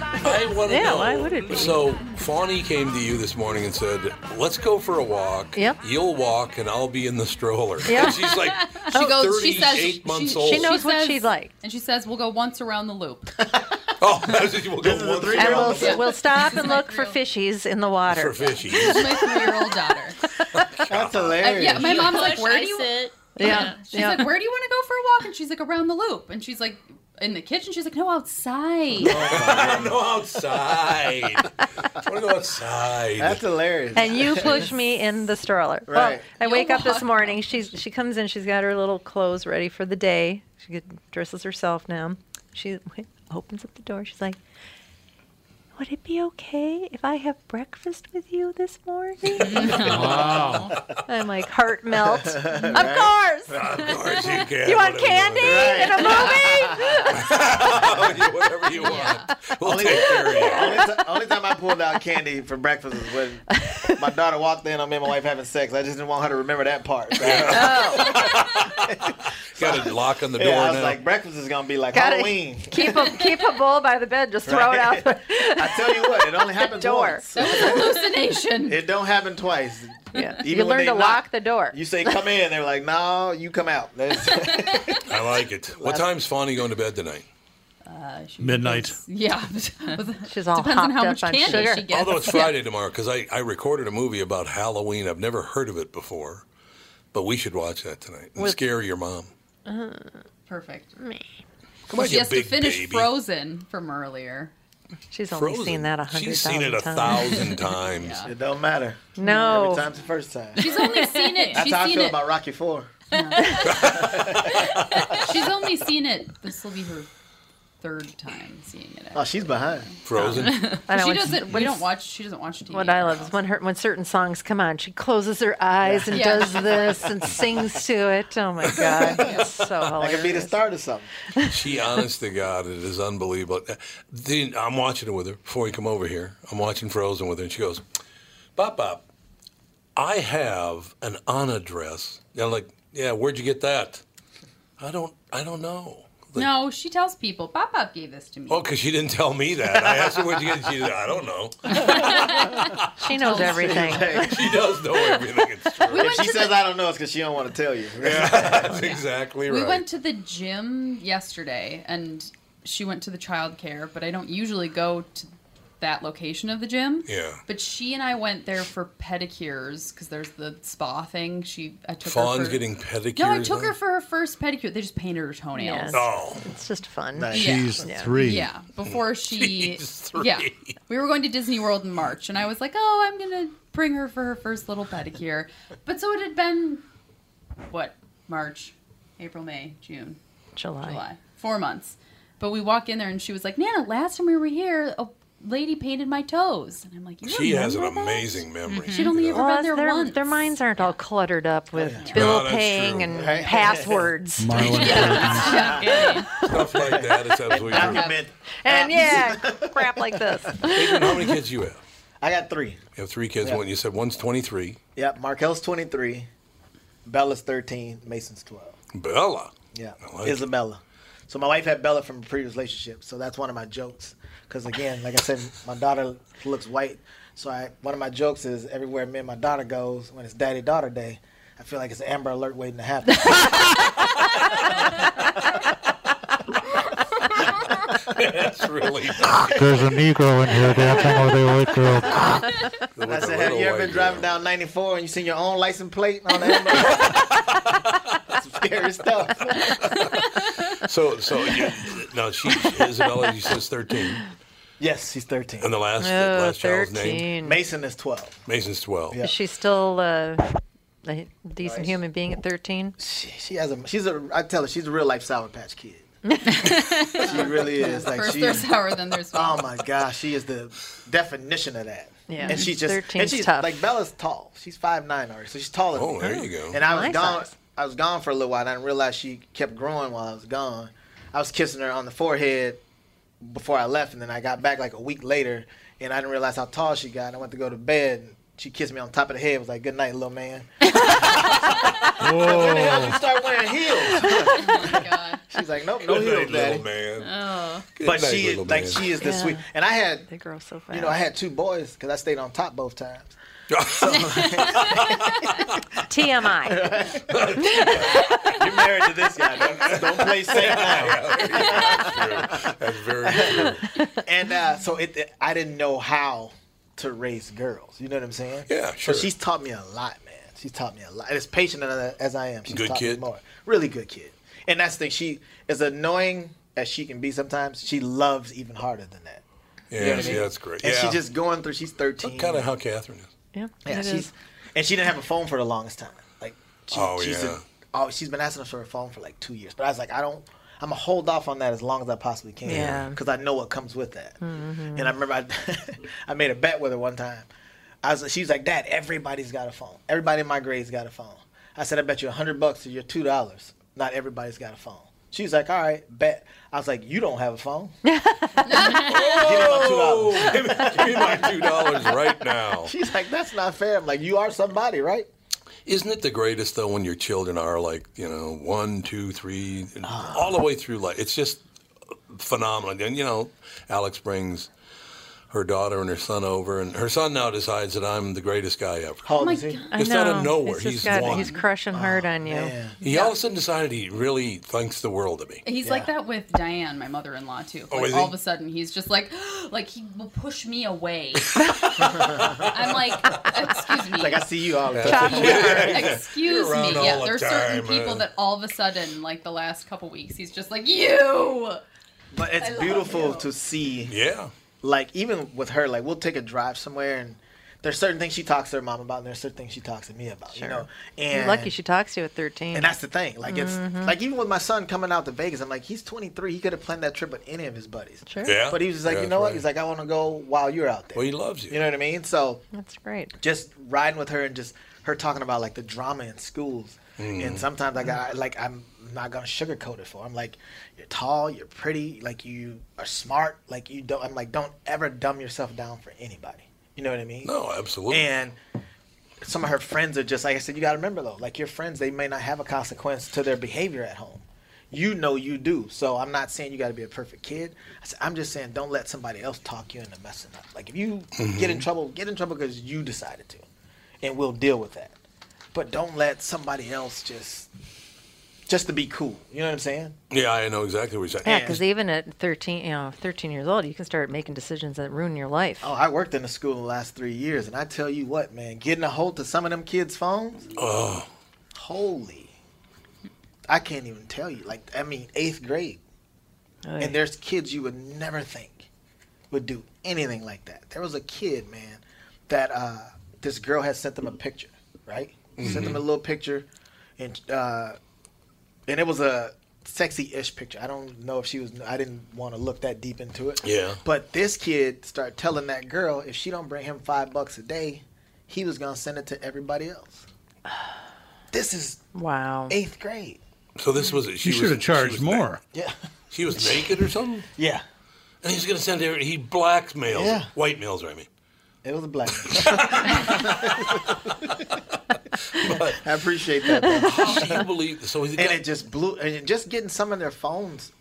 [SPEAKER 4] I want to know. So, Fawny came to you this morning and said, "Let's go for a walk.
[SPEAKER 7] Yep.
[SPEAKER 4] You'll walk, and I'll be in the stroller."
[SPEAKER 7] Yeah.
[SPEAKER 4] And <laughs> she's like,
[SPEAKER 3] She <laughs> goes. She says
[SPEAKER 4] 38 months
[SPEAKER 3] she,
[SPEAKER 4] old.
[SPEAKER 3] she knows what
[SPEAKER 7] she'd like,
[SPEAKER 3] and she says, "We'll go once around the loop."
[SPEAKER 4] "Oh, we'll go one
[SPEAKER 7] And
[SPEAKER 4] round."
[SPEAKER 3] <laughs>
[SPEAKER 7] we'll, we'll stop and look for fishies in the water.
[SPEAKER 4] For fishies.
[SPEAKER 3] This is my three-year-old daughter.
[SPEAKER 5] That's
[SPEAKER 4] <laughs>
[SPEAKER 3] Uh,
[SPEAKER 5] hilarious.
[SPEAKER 3] yeah, my
[SPEAKER 2] You
[SPEAKER 3] mom's like,
[SPEAKER 2] push,
[SPEAKER 3] "Where
[SPEAKER 2] I
[SPEAKER 3] do you?"
[SPEAKER 2] sit.
[SPEAKER 7] Yeah,
[SPEAKER 3] She's
[SPEAKER 7] yeah.
[SPEAKER 3] like, "Where do you want to go for a walk?" And she's like, "Around the loop." And she's like, "In the kitchen." She's like, "No, outside."
[SPEAKER 7] <laughs>
[SPEAKER 4] no outside. I want to go outside.
[SPEAKER 5] That's hilarious.
[SPEAKER 7] <laughs> And you push me in the stroller. Well,
[SPEAKER 5] Right.
[SPEAKER 7] I wake up this morning. She's she comes in. She's got her little clothes ready for the day. She get- dresses herself now. She <laughs> opens up the door. She's like, "Would it be okay if I have breakfast with you this
[SPEAKER 3] <laughs>
[SPEAKER 7] morning?"
[SPEAKER 4] Wow.
[SPEAKER 7] I'm like, heart
[SPEAKER 4] <laughs>
[SPEAKER 7] melt.
[SPEAKER 4] Right.
[SPEAKER 7] Of course.
[SPEAKER 4] Of course you can.
[SPEAKER 7] You want
[SPEAKER 4] Whatever
[SPEAKER 7] candy
[SPEAKER 4] want.
[SPEAKER 7] in a movie? <laughs>
[SPEAKER 4] <laughs> Whatever you want. We'll
[SPEAKER 5] only,
[SPEAKER 4] take care of you.
[SPEAKER 5] only ti- only time I pulled out candy for breakfast was
[SPEAKER 7] <laughs>
[SPEAKER 5] when my daughter walked in on me and my wife having sex. I just didn't want her to remember that part.
[SPEAKER 7] <laughs>
[SPEAKER 4] <laughs> Got a lock on the door
[SPEAKER 5] yeah, I was
[SPEAKER 4] now.
[SPEAKER 5] like, breakfast is gonna be like
[SPEAKER 7] Gotta
[SPEAKER 5] Halloween.
[SPEAKER 7] <laughs> keep a keep a bowl by the bed. Just throw it out. <laughs> The
[SPEAKER 5] I tell you what,
[SPEAKER 7] <laughs>
[SPEAKER 5] it only happens
[SPEAKER 7] door.
[SPEAKER 5] once.
[SPEAKER 3] hallucination.
[SPEAKER 5] It don't happen twice.
[SPEAKER 7] Yeah.
[SPEAKER 5] Even
[SPEAKER 7] you
[SPEAKER 5] when
[SPEAKER 7] learn
[SPEAKER 5] they
[SPEAKER 7] to
[SPEAKER 5] knock,
[SPEAKER 7] lock the door.
[SPEAKER 5] You say come in, they're like, no, you come out. That's-
[SPEAKER 4] <laughs> I like it. What time's Fawny going to bed tonight?
[SPEAKER 3] Uh, she-
[SPEAKER 4] Midnight.
[SPEAKER 3] Yeah. <laughs>
[SPEAKER 7] She's all
[SPEAKER 3] Depends on
[SPEAKER 7] hopped
[SPEAKER 3] how
[SPEAKER 7] up
[SPEAKER 3] much
[SPEAKER 7] on
[SPEAKER 3] candy
[SPEAKER 7] sugar.
[SPEAKER 3] she gets.
[SPEAKER 4] Although it's Friday tomorrow, because I, I recorded a movie about Halloween. I've never heard of it before, but we should watch that tonight and
[SPEAKER 3] With-
[SPEAKER 4] scare your mom.
[SPEAKER 3] Perfect.
[SPEAKER 4] Come
[SPEAKER 3] Well,
[SPEAKER 4] on,
[SPEAKER 3] she
[SPEAKER 4] you
[SPEAKER 3] has to
[SPEAKER 4] big
[SPEAKER 3] finish
[SPEAKER 4] baby.
[SPEAKER 3] Frozen from earlier.
[SPEAKER 7] She's
[SPEAKER 4] <laughs> Frozen. She's seen it a thousand times.
[SPEAKER 5] It don't matter.
[SPEAKER 7] No.
[SPEAKER 5] Every time's the first time.
[SPEAKER 3] She's only seen it.
[SPEAKER 5] That's
[SPEAKER 3] she's
[SPEAKER 5] how I
[SPEAKER 3] seen
[SPEAKER 5] feel
[SPEAKER 3] it.
[SPEAKER 5] about Rocky Four.
[SPEAKER 3] She's only seen it. This will be her third time seeing it.
[SPEAKER 5] <laughs> Oh, she's behind.
[SPEAKER 4] Frozen.
[SPEAKER 7] I know
[SPEAKER 3] she
[SPEAKER 7] when-
[SPEAKER 3] doesn't.
[SPEAKER 7] when-
[SPEAKER 3] We don't watch. She doesn't watch TV.
[SPEAKER 7] What I love is when her when certain songs come on, she closes her eyes
[SPEAKER 3] <laughs>
[SPEAKER 7] and
[SPEAKER 3] Yeah.
[SPEAKER 7] does this and sings to it. Oh my
[SPEAKER 3] <laughs>
[SPEAKER 7] god, it's so
[SPEAKER 5] I could
[SPEAKER 7] hilarious.
[SPEAKER 5] be the start of something.
[SPEAKER 4] She, honest to God, it is unbelievable. Then I'm watching it with her before we come over here. I'm watching Frozen with her, and she goes, "Bop bop, I have an Anna dress." And I'm like, "Yeah, where'd you get that?" I don't, I don't know.
[SPEAKER 3] No, she tells people. Pop Pop gave this to me.
[SPEAKER 4] Oh, because she didn't tell me that. I asked her where'd you get it. She said, "I don't know."
[SPEAKER 7] <laughs> She knows everything.
[SPEAKER 4] <laughs> She does know everything. It's true.
[SPEAKER 5] if she says I don't know, it's because she don't want to tell you. <laughs>
[SPEAKER 4] That's exactly
[SPEAKER 3] We
[SPEAKER 4] right.
[SPEAKER 3] went to the gym yesterday, and she went to the child care. But I don't usually go to that location of the gym.
[SPEAKER 4] yeah.
[SPEAKER 3] But she and I went there for pedicures because there's the spa thing. She I took her
[SPEAKER 4] Fawn's
[SPEAKER 3] for,
[SPEAKER 4] getting pedicures.
[SPEAKER 3] No, I took
[SPEAKER 4] now?
[SPEAKER 3] her for her first pedicure. They just painted her toenails.
[SPEAKER 4] Oh.
[SPEAKER 7] It's just fun.
[SPEAKER 6] She's three.
[SPEAKER 3] Yeah,
[SPEAKER 4] <laughs>
[SPEAKER 3] before she.
[SPEAKER 4] three.
[SPEAKER 3] Yeah, we were going to Disney World in March, and I was like, "Oh, I'm gonna bring her for her first little pedicure." But so it had been, what March, April, May, June,
[SPEAKER 7] July.
[SPEAKER 3] July, four months. But we walk in there, and she was like, "Nana, last time we were here, a lady painted my toes," and I'm like, you
[SPEAKER 4] She has an
[SPEAKER 3] remember that?"
[SPEAKER 4] amazing memory.
[SPEAKER 3] She'd only ever
[SPEAKER 7] Well,
[SPEAKER 3] been there
[SPEAKER 7] their,
[SPEAKER 3] once.
[SPEAKER 7] their minds aren't all cluttered up with
[SPEAKER 4] Yeah. No,
[SPEAKER 7] bill
[SPEAKER 4] that's
[SPEAKER 7] paying
[SPEAKER 4] true.
[SPEAKER 7] and
[SPEAKER 4] Right. <laughs>
[SPEAKER 7] passwords. <laughs>
[SPEAKER 4] Marlon
[SPEAKER 3] Yeah.
[SPEAKER 4] Stuff like that. It's absolutely true.
[SPEAKER 5] Document.
[SPEAKER 7] and yeah,
[SPEAKER 5] <laughs>
[SPEAKER 7] crap like this.
[SPEAKER 4] Adrian, how many kids you have?
[SPEAKER 5] I got three.
[SPEAKER 4] You have three kids.
[SPEAKER 5] Yeah.
[SPEAKER 4] One you said one's 23.
[SPEAKER 5] Yep. Markel's 23, Bella's 13, Mason's 12.
[SPEAKER 4] Bella.
[SPEAKER 5] Yeah.
[SPEAKER 4] I like it.
[SPEAKER 5] Isabella. So my wife had Bella from a previous relationship. So that's one of my jokes. Because again, like I said, my daughter looks white. So I, one of my jokes is everywhere me and my daughter goes when it's daddy daughter day, I feel like it's an Amber Alert waiting to happen.
[SPEAKER 4] <laughs> That's really.
[SPEAKER 5] <laughs>
[SPEAKER 10] There's a Negro in
[SPEAKER 3] <laughs>
[SPEAKER 10] here dancing with a white girl.
[SPEAKER 5] I said, have you ever been driving down 94 and you seen your own <laughs> license plate on the Amber? Alert?" That's some scary stuff.
[SPEAKER 4] So, so you, no, she Isabella. She says thirteen,
[SPEAKER 5] Yes, he's 13.
[SPEAKER 4] and the last
[SPEAKER 7] Oh,
[SPEAKER 4] last child's name
[SPEAKER 5] Mason is 12.
[SPEAKER 4] Mason's twelve.
[SPEAKER 7] Is she still uh, a decent human being at 13?
[SPEAKER 5] She has a. She's a. I tell her she's a real life Sour
[SPEAKER 3] <laughs>
[SPEAKER 5] Patch Kid. she really is. Like
[SPEAKER 3] First
[SPEAKER 5] she
[SPEAKER 3] they're
[SPEAKER 5] is,
[SPEAKER 3] sour, then there's
[SPEAKER 5] Oh my gosh, she is the definition of that.
[SPEAKER 3] Yeah.
[SPEAKER 5] and she's just
[SPEAKER 3] 13's
[SPEAKER 5] and she's
[SPEAKER 3] tough.
[SPEAKER 5] like Bella's tall. She's five nine already, so she's taller.
[SPEAKER 4] Oh,
[SPEAKER 5] than me.
[SPEAKER 4] there you go.
[SPEAKER 5] And I was
[SPEAKER 4] My
[SPEAKER 5] gone.
[SPEAKER 4] size.
[SPEAKER 5] I was gone for a little while. And I didn't realize she kept growing while I was gone. I was kissing her on the forehead before I left, and then I got back like a week later, and I didn't realize how tall she got. And I went to go to bed. And she kissed me on top of the head. Was like, "Good night, little man." Where the hell did you start wearing heels? <laughs> She's like, "Nope, no
[SPEAKER 4] Good
[SPEAKER 5] heels,
[SPEAKER 4] night,
[SPEAKER 5] Daddy."
[SPEAKER 4] little man.
[SPEAKER 3] Oh.
[SPEAKER 4] Good
[SPEAKER 5] but
[SPEAKER 4] night,
[SPEAKER 5] she is
[SPEAKER 4] little
[SPEAKER 5] like
[SPEAKER 4] man.
[SPEAKER 5] she is the
[SPEAKER 4] Yeah.
[SPEAKER 5] sweet. And I had
[SPEAKER 7] they grow so fast.
[SPEAKER 5] You know, I had two boys because I stayed on top both times.
[SPEAKER 7] TMI.
[SPEAKER 5] You're married to this guy. Don't, don't play safe
[SPEAKER 4] <laughs>
[SPEAKER 5] now.
[SPEAKER 4] That's very true.
[SPEAKER 5] And uh, so it, it- I didn't know how to raise girls. You know what I'm saying?
[SPEAKER 4] Yeah,
[SPEAKER 5] So
[SPEAKER 4] sure.
[SPEAKER 5] she's taught me a lot, man. She's taught me a lot. And as patient as I- as I am, she's
[SPEAKER 4] Good
[SPEAKER 5] taught
[SPEAKER 4] kid.
[SPEAKER 5] me more. Really good kid. And that's the thing. She as annoying as she can be sometimes. She loves even harder than that. You know
[SPEAKER 4] Yeah,
[SPEAKER 5] what I
[SPEAKER 4] see,
[SPEAKER 5] mean?
[SPEAKER 4] that's great.
[SPEAKER 5] And
[SPEAKER 4] Yeah.
[SPEAKER 5] she's just going through. She's 13.
[SPEAKER 4] Kind of how Catherine is.
[SPEAKER 7] Yeah,
[SPEAKER 5] Yeah, she's and she didn't have a phone for the longest time. Like, she,
[SPEAKER 4] Oh,
[SPEAKER 5] she's
[SPEAKER 4] yeah.
[SPEAKER 5] a- oh, she's been asking us for a phone for like two years. But I was like, I don't. I'm gonna hold off on that as long as I possibly can.
[SPEAKER 7] Yeah.
[SPEAKER 5] Because I know what comes with that. And I remember I, <laughs> I made a bet with her one time. I was, she was like, Dad, everybody's got a phone. Everybody in my grade's got a phone. I said, I bet you hundred bucks to your two dollars. Not everybody's got a phone. She was like, All right, bet. I was like, You don't have a phone.
[SPEAKER 4] Oh, give me give me my two dollars right
[SPEAKER 5] <laughs>
[SPEAKER 4] now.
[SPEAKER 5] She's like, That's not fair. I'm like, You are somebody, right?
[SPEAKER 4] Isn't it the greatest though when your children are like you know one, two, three, and
[SPEAKER 5] Ah.
[SPEAKER 4] all the way through life? It's just phenomenal. And you know, Alex brings her daughter and her son over, and her son now decides that I'm the greatest guy ever.
[SPEAKER 5] How old is he?
[SPEAKER 7] Oh I
[SPEAKER 4] Just out of
[SPEAKER 7] know.
[SPEAKER 4] nowhere,
[SPEAKER 7] He's, just
[SPEAKER 4] he's
[SPEAKER 7] got-
[SPEAKER 4] one.
[SPEAKER 7] he's crushing
[SPEAKER 4] Oh,
[SPEAKER 7] hard on you.
[SPEAKER 4] He all of a sudden decided he really thinks the world of me.
[SPEAKER 3] He's like that with Diane, my mother-in-law too.
[SPEAKER 4] Oh,
[SPEAKER 3] Like,
[SPEAKER 4] is he?
[SPEAKER 3] all of a sudden, he's just like, <gasps> like he will push me
[SPEAKER 7] <laughs>
[SPEAKER 3] away. I'm
[SPEAKER 4] <laughs>
[SPEAKER 3] like, excuse me.
[SPEAKER 5] Like I see you all the
[SPEAKER 3] Chop
[SPEAKER 5] time. <laughs>
[SPEAKER 3] liver. Excuse me. Yeah, there's certain people that all of a sudden, like the last couple weeks, he's just like you.
[SPEAKER 5] But it's
[SPEAKER 3] I love
[SPEAKER 5] beautiful to see.
[SPEAKER 4] Yeah.
[SPEAKER 5] Like even with her, like we'll take a drive somewhere, and there's certain things she talks to her mom about, and there's certain things she talks to me about.
[SPEAKER 7] Sure.
[SPEAKER 5] You know, and
[SPEAKER 7] You're lucky she talks to you at 13.
[SPEAKER 5] and that's the thing. Like it's
[SPEAKER 7] Mhm.
[SPEAKER 5] like even with my son coming out to Vegas, I'm like he's 23. He could have planned that trip with any of his buddies.
[SPEAKER 7] Sure.
[SPEAKER 4] Yeah.
[SPEAKER 5] But he was just like,
[SPEAKER 4] Yeah,
[SPEAKER 5] you know
[SPEAKER 4] that's
[SPEAKER 5] what?
[SPEAKER 4] right.
[SPEAKER 5] He's like, I want to go while you're out there.
[SPEAKER 4] Well, he loves you.
[SPEAKER 5] You know what I mean? So
[SPEAKER 7] That's great.
[SPEAKER 5] just riding with her and just her talking about like the drama in schools.
[SPEAKER 4] Mm.
[SPEAKER 5] And sometimes I got like I'm not gonna sugarcoat it for. her. I'm like, you're tall, you're pretty, like you are smart, like you don't. I'm like, don't ever dumb yourself down for anybody. You know what I mean?
[SPEAKER 4] No, absolutely.
[SPEAKER 5] And some of her friends are just like I said. You gotta remember though, like your friends, they may not have a consequence to their behavior at home. You know you do. So I'm not saying you gotta be a perfect kid. I said, I'm just saying don't let somebody else talk you into messing up. Like if you get in
[SPEAKER 4] Mhm.
[SPEAKER 5] trouble, get in trouble because you decided to and we'll deal with that. But don't let somebody else just just to be cool. You know what I'm saying?
[SPEAKER 4] Yeah, I know exactly what you're
[SPEAKER 7] Yeah,
[SPEAKER 4] saying.
[SPEAKER 7] because even at 13, you know, 13 years old, you can start making decisions that ruin your life.
[SPEAKER 5] Oh, I worked in the school the last three years, and I tell you what, man, getting a hold to some of them kids' phones,
[SPEAKER 4] Oh,
[SPEAKER 5] holy! I can't even tell you. Like, I mean, eighth grade,
[SPEAKER 7] Oy.
[SPEAKER 5] and there's kids you would never think would do anything like that. There was a kid, man, that uh, this girl had sent them a picture, right? Sent them a little picture, and uh, and it was a sexy-ish picture. I don't know if she was. I didn't want to look that deep into it.
[SPEAKER 4] Yeah.
[SPEAKER 5] But this kid started telling that girl if she don't bring him five bucks a day, he was gonna send it to everybody else. <sighs> This is
[SPEAKER 7] wow.
[SPEAKER 5] Eighth grade.
[SPEAKER 4] so this was it. She
[SPEAKER 6] You should have
[SPEAKER 4] was-
[SPEAKER 6] charged more.
[SPEAKER 5] Yeah.
[SPEAKER 4] She was naked or something.
[SPEAKER 5] Yeah.
[SPEAKER 4] And he's gonna send her. He blackmails.
[SPEAKER 5] Yeah.
[SPEAKER 4] White males, I mean.
[SPEAKER 5] It was a black. I appreciate that.
[SPEAKER 4] How do you believe? So
[SPEAKER 5] and it just blew. And it just getting some of their phones,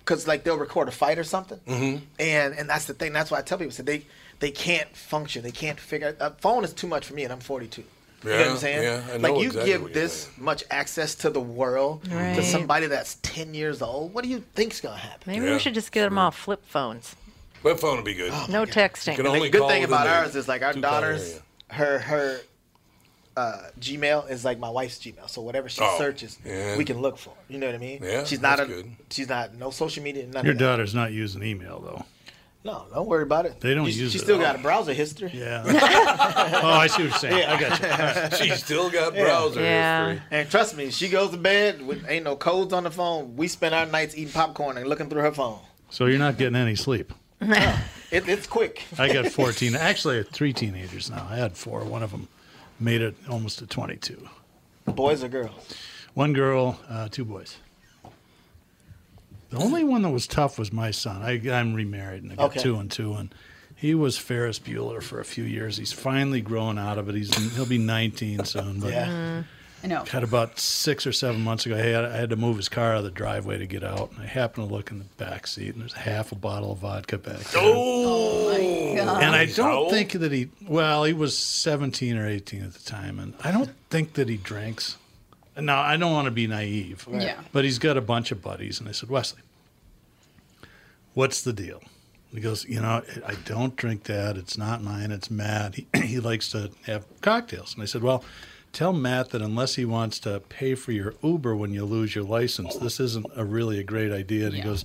[SPEAKER 5] because like they'll record a fight or something,
[SPEAKER 4] Mm-hmm.
[SPEAKER 5] and and that's the thing. That's why I tell people so they they can't function. They can't figure. A phone is too much for me, and I'm 42. you know what
[SPEAKER 4] Yeah,
[SPEAKER 5] I'm saying?
[SPEAKER 4] yeah, I know
[SPEAKER 5] like you
[SPEAKER 4] exactly
[SPEAKER 5] give
[SPEAKER 4] what you're
[SPEAKER 5] this much access to the world to
[SPEAKER 7] Right.
[SPEAKER 5] somebody that's 10 years old. What do you think's gonna happen?
[SPEAKER 7] Maybe we should just get them all flip phones.
[SPEAKER 4] Web phone would be good.
[SPEAKER 7] no texting.
[SPEAKER 4] You can only
[SPEAKER 5] Oh, the good
[SPEAKER 4] call
[SPEAKER 5] thing
[SPEAKER 4] within
[SPEAKER 5] about
[SPEAKER 4] the
[SPEAKER 5] ours is like our
[SPEAKER 4] two-color
[SPEAKER 5] daughters, her
[SPEAKER 4] area.
[SPEAKER 5] her uh, Gmail is like my wife's Gmail, so whatever she
[SPEAKER 6] Oh,
[SPEAKER 5] searches,
[SPEAKER 6] yeah.
[SPEAKER 5] we can look for. You know what I mean?
[SPEAKER 6] Yeah,
[SPEAKER 5] she's not
[SPEAKER 6] that's
[SPEAKER 5] a,
[SPEAKER 6] good.
[SPEAKER 5] she's not no social media. None
[SPEAKER 6] Your
[SPEAKER 5] of that.
[SPEAKER 6] daughter's not using email though.
[SPEAKER 5] No, don't worry about it.
[SPEAKER 6] They don't
[SPEAKER 5] You-
[SPEAKER 6] use
[SPEAKER 5] She
[SPEAKER 6] it.
[SPEAKER 5] still got a browser history. <laughs>
[SPEAKER 6] Yeah. oh, I see what you're saying. I got you. All right.
[SPEAKER 4] She still got browser Yeah. history.
[SPEAKER 5] And trust me, she goes to bed with ain't no codes on the phone. We spend our nights eating popcorn and looking through her phone.
[SPEAKER 6] So you're not getting any sleep.
[SPEAKER 5] It, it's quick.
[SPEAKER 6] I
[SPEAKER 13] <laughs>
[SPEAKER 6] got 14. Actually, I have three teenagers now. I had four. One of them made it almost to 22.
[SPEAKER 5] Boys or girls?
[SPEAKER 6] One girl, uh, two boys. The only one that was tough was my son. I, I'm remarried and I got
[SPEAKER 5] Okay.
[SPEAKER 6] two and two, and he was Ferris Bueller for a few years. He's finally grown out of it. He's he'll be 19 soon. But
[SPEAKER 7] Mm-hmm.
[SPEAKER 3] I know.
[SPEAKER 6] Had about six or seven months ago, I had, I had to move his car out of the driveway to get out, and I happened to look in the back seat, and there's half a bottle of vodka back there.
[SPEAKER 3] Oh, my God.
[SPEAKER 6] And I don't think that he, well, he was 17 or 18 at the time, and I don't think that he drinks. Now, I don't want to be naive,
[SPEAKER 3] Right. Yeah.
[SPEAKER 6] but he's got a bunch of buddies, and I said, Wesley, what's the deal? He goes, you know, I don't drink that. It's not mine. It's Matt. He, <clears throat> he likes to have cocktails. And I said, well, tell Matt that unless he wants to pay for your Uber when you lose your license, this isn't a really a great idea. And he goes,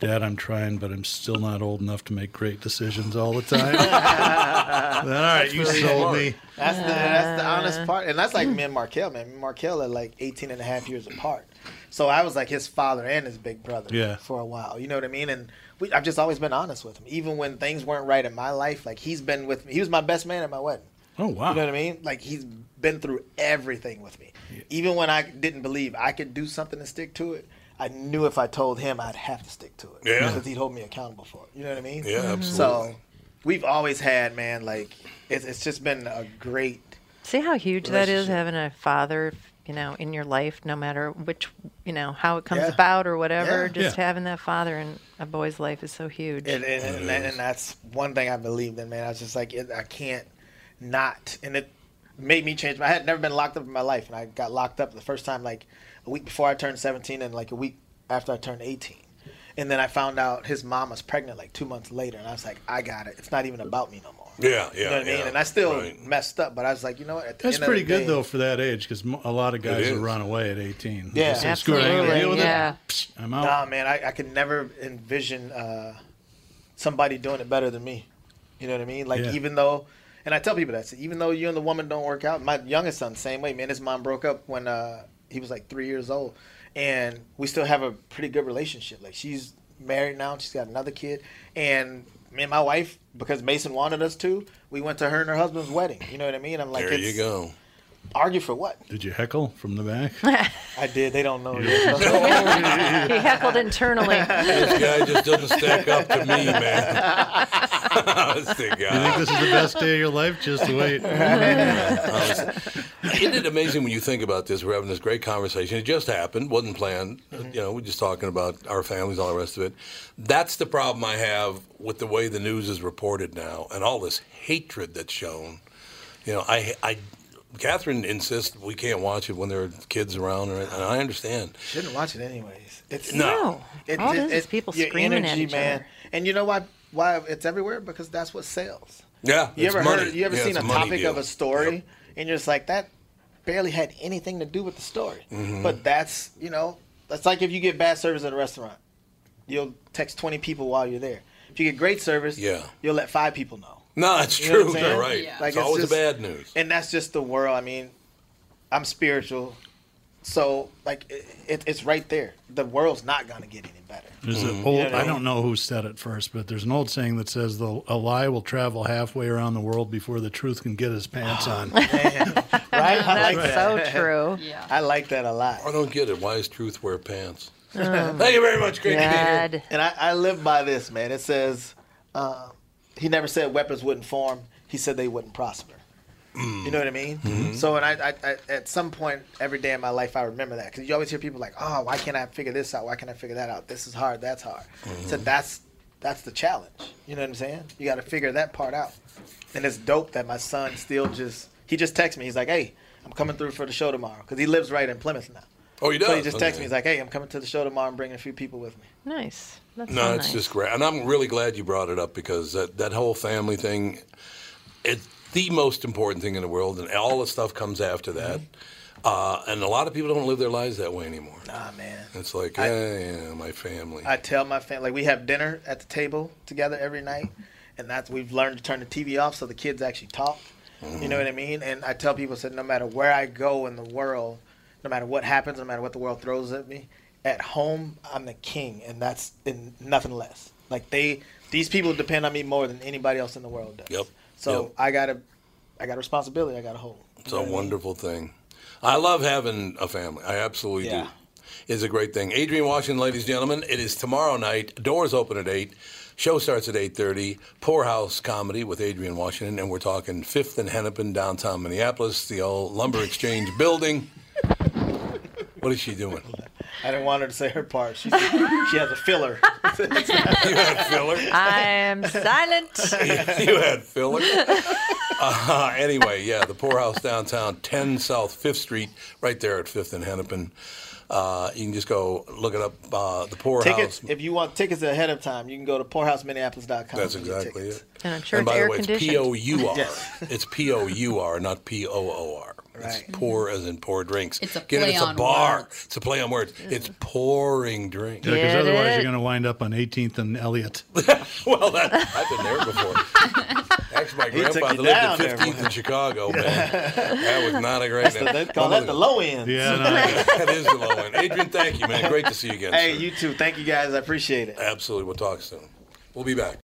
[SPEAKER 6] Dad, I'm trying, but I'm still not old enough to make great decisions all the time. Then, all right, you sold me.
[SPEAKER 5] That's the that's the honest part, and that's like me and Markel, man. Me and Markel are like 18 and a half years apart, so I was like his father and his big brother
[SPEAKER 6] Yeah.
[SPEAKER 5] for a while. You know what I mean? And we, I've just always been honest with him, even when things weren't right in my life. Like he's been with me. He was my best man at my wedding.
[SPEAKER 6] Oh wow!
[SPEAKER 5] You know what I mean? Like he's been through everything with me. Even when I didn't believe I could do something and stick to it, I knew if I told him, I'd have to stick to it.
[SPEAKER 4] Yeah.
[SPEAKER 5] because he'd hold me accountable for it. You know what I mean?
[SPEAKER 4] Yeah, Mhm.
[SPEAKER 5] So
[SPEAKER 4] absolutely.
[SPEAKER 5] we've always had, man. Like it's, it's just been a great.
[SPEAKER 7] See how huge that is
[SPEAKER 5] Relationship.
[SPEAKER 7] having a father, you know, in your life, no matter which, you know, how it comes
[SPEAKER 5] Yeah.
[SPEAKER 7] about or whatever.
[SPEAKER 5] Yeah.
[SPEAKER 7] Just
[SPEAKER 5] Yeah.
[SPEAKER 7] having that father in a boy's life is so huge.
[SPEAKER 5] And, and, and, that- and that's one thing I believed in, man. I was just like, it, I can't not. And it made me change. my- I had never been locked up in my life, and I got locked up the first time, like a week before I turned 17, and like a week after I turned 18. And then I found out his mom was pregnant like two months later, and I was like, I got it. It's not even about me no more.
[SPEAKER 4] Yeah, <laughs>
[SPEAKER 5] you know what I mean? And I still messed up, but I was like, you know what? At the
[SPEAKER 6] That's
[SPEAKER 5] end of
[SPEAKER 6] pretty
[SPEAKER 5] the
[SPEAKER 6] good
[SPEAKER 5] day-
[SPEAKER 6] though for that age, because a lot of guys
[SPEAKER 5] It
[SPEAKER 6] will
[SPEAKER 5] is.
[SPEAKER 6] run away at 18.
[SPEAKER 5] Yeah, Um,
[SPEAKER 6] Just say, "Screw it, I ain't gonna deal with it." Psh, I'm out.
[SPEAKER 5] Nah, man, I, I could never envision uh, somebody doing it better than me. You know what I mean? Like
[SPEAKER 6] Yeah.
[SPEAKER 5] even though, and I tell people that I say, even though you and the woman don't work out, my youngest son same way. Man, his mom broke up when uh, he was like three years old, and we still have a pretty good relationship. Like she's married now, she's got another kid, and me and my wife, because Mason wanted us to, we went to her and her husband's wedding. You know what I mean? I'm like,
[SPEAKER 6] There you
[SPEAKER 5] it's-
[SPEAKER 6] go.
[SPEAKER 5] Argue for what?
[SPEAKER 6] Did you heckle from the
[SPEAKER 5] <laughs>
[SPEAKER 6] back?
[SPEAKER 5] I did. They don't know.
[SPEAKER 7] he heckled internally.
[SPEAKER 4] this guy just doesn't stack up to me, man. Honest to
[SPEAKER 6] You think
[SPEAKER 4] God.
[SPEAKER 6] this is the best day of your life?
[SPEAKER 5] <laughs>
[SPEAKER 6] Just wait.
[SPEAKER 4] Honest. Um, Isn't it amazing when you think about this? We're having this great conversation. It just happened, wasn't planned. You know, we're just talking about our families, all the rest of it. That's the problem I have with the way the news is reported now, and all this hatred that's shown. You know, I, I, Catherine insists we can't watch it when there are kids around, and I understand.
[SPEAKER 5] Shouldn't watch it anyways. It's
[SPEAKER 4] No.
[SPEAKER 5] It,
[SPEAKER 7] All
[SPEAKER 5] it-
[SPEAKER 7] it is is
[SPEAKER 5] it-
[SPEAKER 7] people
[SPEAKER 5] your
[SPEAKER 7] screaming at
[SPEAKER 5] energy,
[SPEAKER 7] each
[SPEAKER 5] man.
[SPEAKER 7] other.
[SPEAKER 5] And you know why? Why it's everywhere? Because that's what sells.
[SPEAKER 4] Yeah,
[SPEAKER 5] You
[SPEAKER 4] it's
[SPEAKER 5] ever
[SPEAKER 4] money.
[SPEAKER 5] heard? You ever
[SPEAKER 4] Yeah,
[SPEAKER 5] seen a
[SPEAKER 4] it's money
[SPEAKER 5] topic
[SPEAKER 4] deal.
[SPEAKER 5] of a story, and you're just like that? Barely had anything to do with the story,
[SPEAKER 4] Mhm.
[SPEAKER 5] but that's you know, that's like if you get bad service at a restaurant, you'll text twenty people while you're there. If you get great service,
[SPEAKER 4] Yeah.
[SPEAKER 5] you'll let five people know.
[SPEAKER 4] No, it's
[SPEAKER 5] You know what
[SPEAKER 4] true.
[SPEAKER 5] I'm
[SPEAKER 4] You're
[SPEAKER 5] saying?
[SPEAKER 4] right.
[SPEAKER 5] Like,
[SPEAKER 4] it's, always
[SPEAKER 5] just-
[SPEAKER 4] the bad news.
[SPEAKER 5] And that's just the world. I mean, I'm spiritual, so like it, it, it's right there. The world's not gonna get any better.
[SPEAKER 6] There's
[SPEAKER 5] You
[SPEAKER 6] an
[SPEAKER 5] know
[SPEAKER 6] old,
[SPEAKER 5] what
[SPEAKER 6] I
[SPEAKER 5] mean?
[SPEAKER 6] don't know who said it first, but there's an old saying that says the, a lie will travel halfway around the world before the truth can get his pants
[SPEAKER 5] Oh, <laughs>
[SPEAKER 6] on.
[SPEAKER 5] Right? I like
[SPEAKER 4] <laughs> That's
[SPEAKER 5] that.
[SPEAKER 4] so true.
[SPEAKER 5] Yeah. I like that a lot.
[SPEAKER 4] I don't get it. Why is truth wear <laughs> pants?
[SPEAKER 5] Um,
[SPEAKER 4] Thank you very much, great
[SPEAKER 5] God.
[SPEAKER 4] Peter.
[SPEAKER 5] And I, I live by this, man. It says, uh, he never said weapons wouldn't form. He said they wouldn't prosper. You know what I mean?
[SPEAKER 4] Mhm.
[SPEAKER 5] So, and I, I, I, at some point every day in my life, I remember that because you always hear people like, "Oh, why can't I figure this out? Why can't I figure that out? This is hard. That's hard." So
[SPEAKER 4] Mhm.
[SPEAKER 5] that's that's the challenge. You know what I'm saying? You got to figure that part out. And it's dope that my son still just he just texts me. He's like, "Hey, I'm coming through for the show tomorrow," because he lives right in Plymouth now.
[SPEAKER 4] Oh, he
[SPEAKER 5] So he
[SPEAKER 4] does?
[SPEAKER 5] just texts
[SPEAKER 4] Okay.
[SPEAKER 5] me. He's like, "Hey, I'm coming to the show tomorrow. I'm bringing a few people with me."
[SPEAKER 7] Nice. That's
[SPEAKER 4] no,
[SPEAKER 7] so
[SPEAKER 4] it's
[SPEAKER 7] nice.
[SPEAKER 4] just great, and I'm really glad you brought it up because that, that whole family thing, it the most important thing in the world, and all the stuff comes after
[SPEAKER 7] Mm-hmm.
[SPEAKER 4] that. Uh, and a lot of people don't live their lives that way anymore.
[SPEAKER 5] Nah, man.
[SPEAKER 4] It's like, eh, yeah, my family.
[SPEAKER 5] I tell my family like we have dinner at the table together every night, and that's we've learned to turn the TV off so the kids actually talk. You know what I mean? And I tell people I said no matter where I go in the world, no matter what happens, no matter what the world throws at me, at home I'm the king, and that's and nothing less. Like they, these people depend on me more than anybody else in the world does.
[SPEAKER 4] Yep.
[SPEAKER 5] So
[SPEAKER 4] Yep.
[SPEAKER 5] I got to, I got a responsibility. I got to hold.
[SPEAKER 4] It's a wonderful thing. I love having a family. I absolutely
[SPEAKER 5] Yeah.
[SPEAKER 4] do. It's a great thing. Adrian Washington, ladies and gentlemen, it is tomorrow night. Doors open at eight. Show starts at eight thirty. Poorhouse comedy with Adrian Washington, and we're talking Fifth and Hennepin, downtown Minneapolis, the old Lumber Exchange building. What is she doing?
[SPEAKER 5] I didn't want her to say her part. She's, she has a
[SPEAKER 4] <laughs>
[SPEAKER 5] filler. you
[SPEAKER 4] had filler.
[SPEAKER 7] <laughs> I'm silent.
[SPEAKER 4] <laughs> you had filler. Uh, anyway, yeah, the poorhouse downtown, 10 South Fifth Street, right there at Fifth and Hennepin. Uh, you can just go look it up. Uh, the poorhouse.
[SPEAKER 5] Tickets. If you want tickets ahead of time, you can go to poorhouseminneapolis.com.
[SPEAKER 4] That's
[SPEAKER 5] and get
[SPEAKER 4] exactly
[SPEAKER 5] tickets.
[SPEAKER 4] it.
[SPEAKER 7] And I'm sure
[SPEAKER 4] and
[SPEAKER 7] it's
[SPEAKER 4] by
[SPEAKER 7] air
[SPEAKER 4] the way,
[SPEAKER 7] conditioned.
[SPEAKER 4] it's P O U R.
[SPEAKER 7] Yes.
[SPEAKER 4] It's P O U R, not P O O R. It's
[SPEAKER 7] Right.
[SPEAKER 4] pour as in pour drinks. It's a
[SPEAKER 3] play
[SPEAKER 4] It's a
[SPEAKER 3] on
[SPEAKER 4] bar. It's a play on words. It's pouring drinks.
[SPEAKER 6] because otherwise you're going to wind up on 18th and Elliott.
[SPEAKER 4] <laughs> well, that, I've been there before.
[SPEAKER 5] <laughs>
[SPEAKER 4] Actually, my
[SPEAKER 6] He took
[SPEAKER 4] grandfather
[SPEAKER 6] you
[SPEAKER 4] lived at
[SPEAKER 6] down there,
[SPEAKER 4] 15th in Chicago, man. That was not a great
[SPEAKER 5] That's the- they call that the low end. Yeah, no, yeah.
[SPEAKER 4] <laughs> that is the low end. Adrian, thank you, man. Great to see you again.
[SPEAKER 5] Hey,
[SPEAKER 4] sir.
[SPEAKER 5] you too. Thank you guys. I appreciate it.
[SPEAKER 4] Absolutely. We'll talk soon. We'll be back.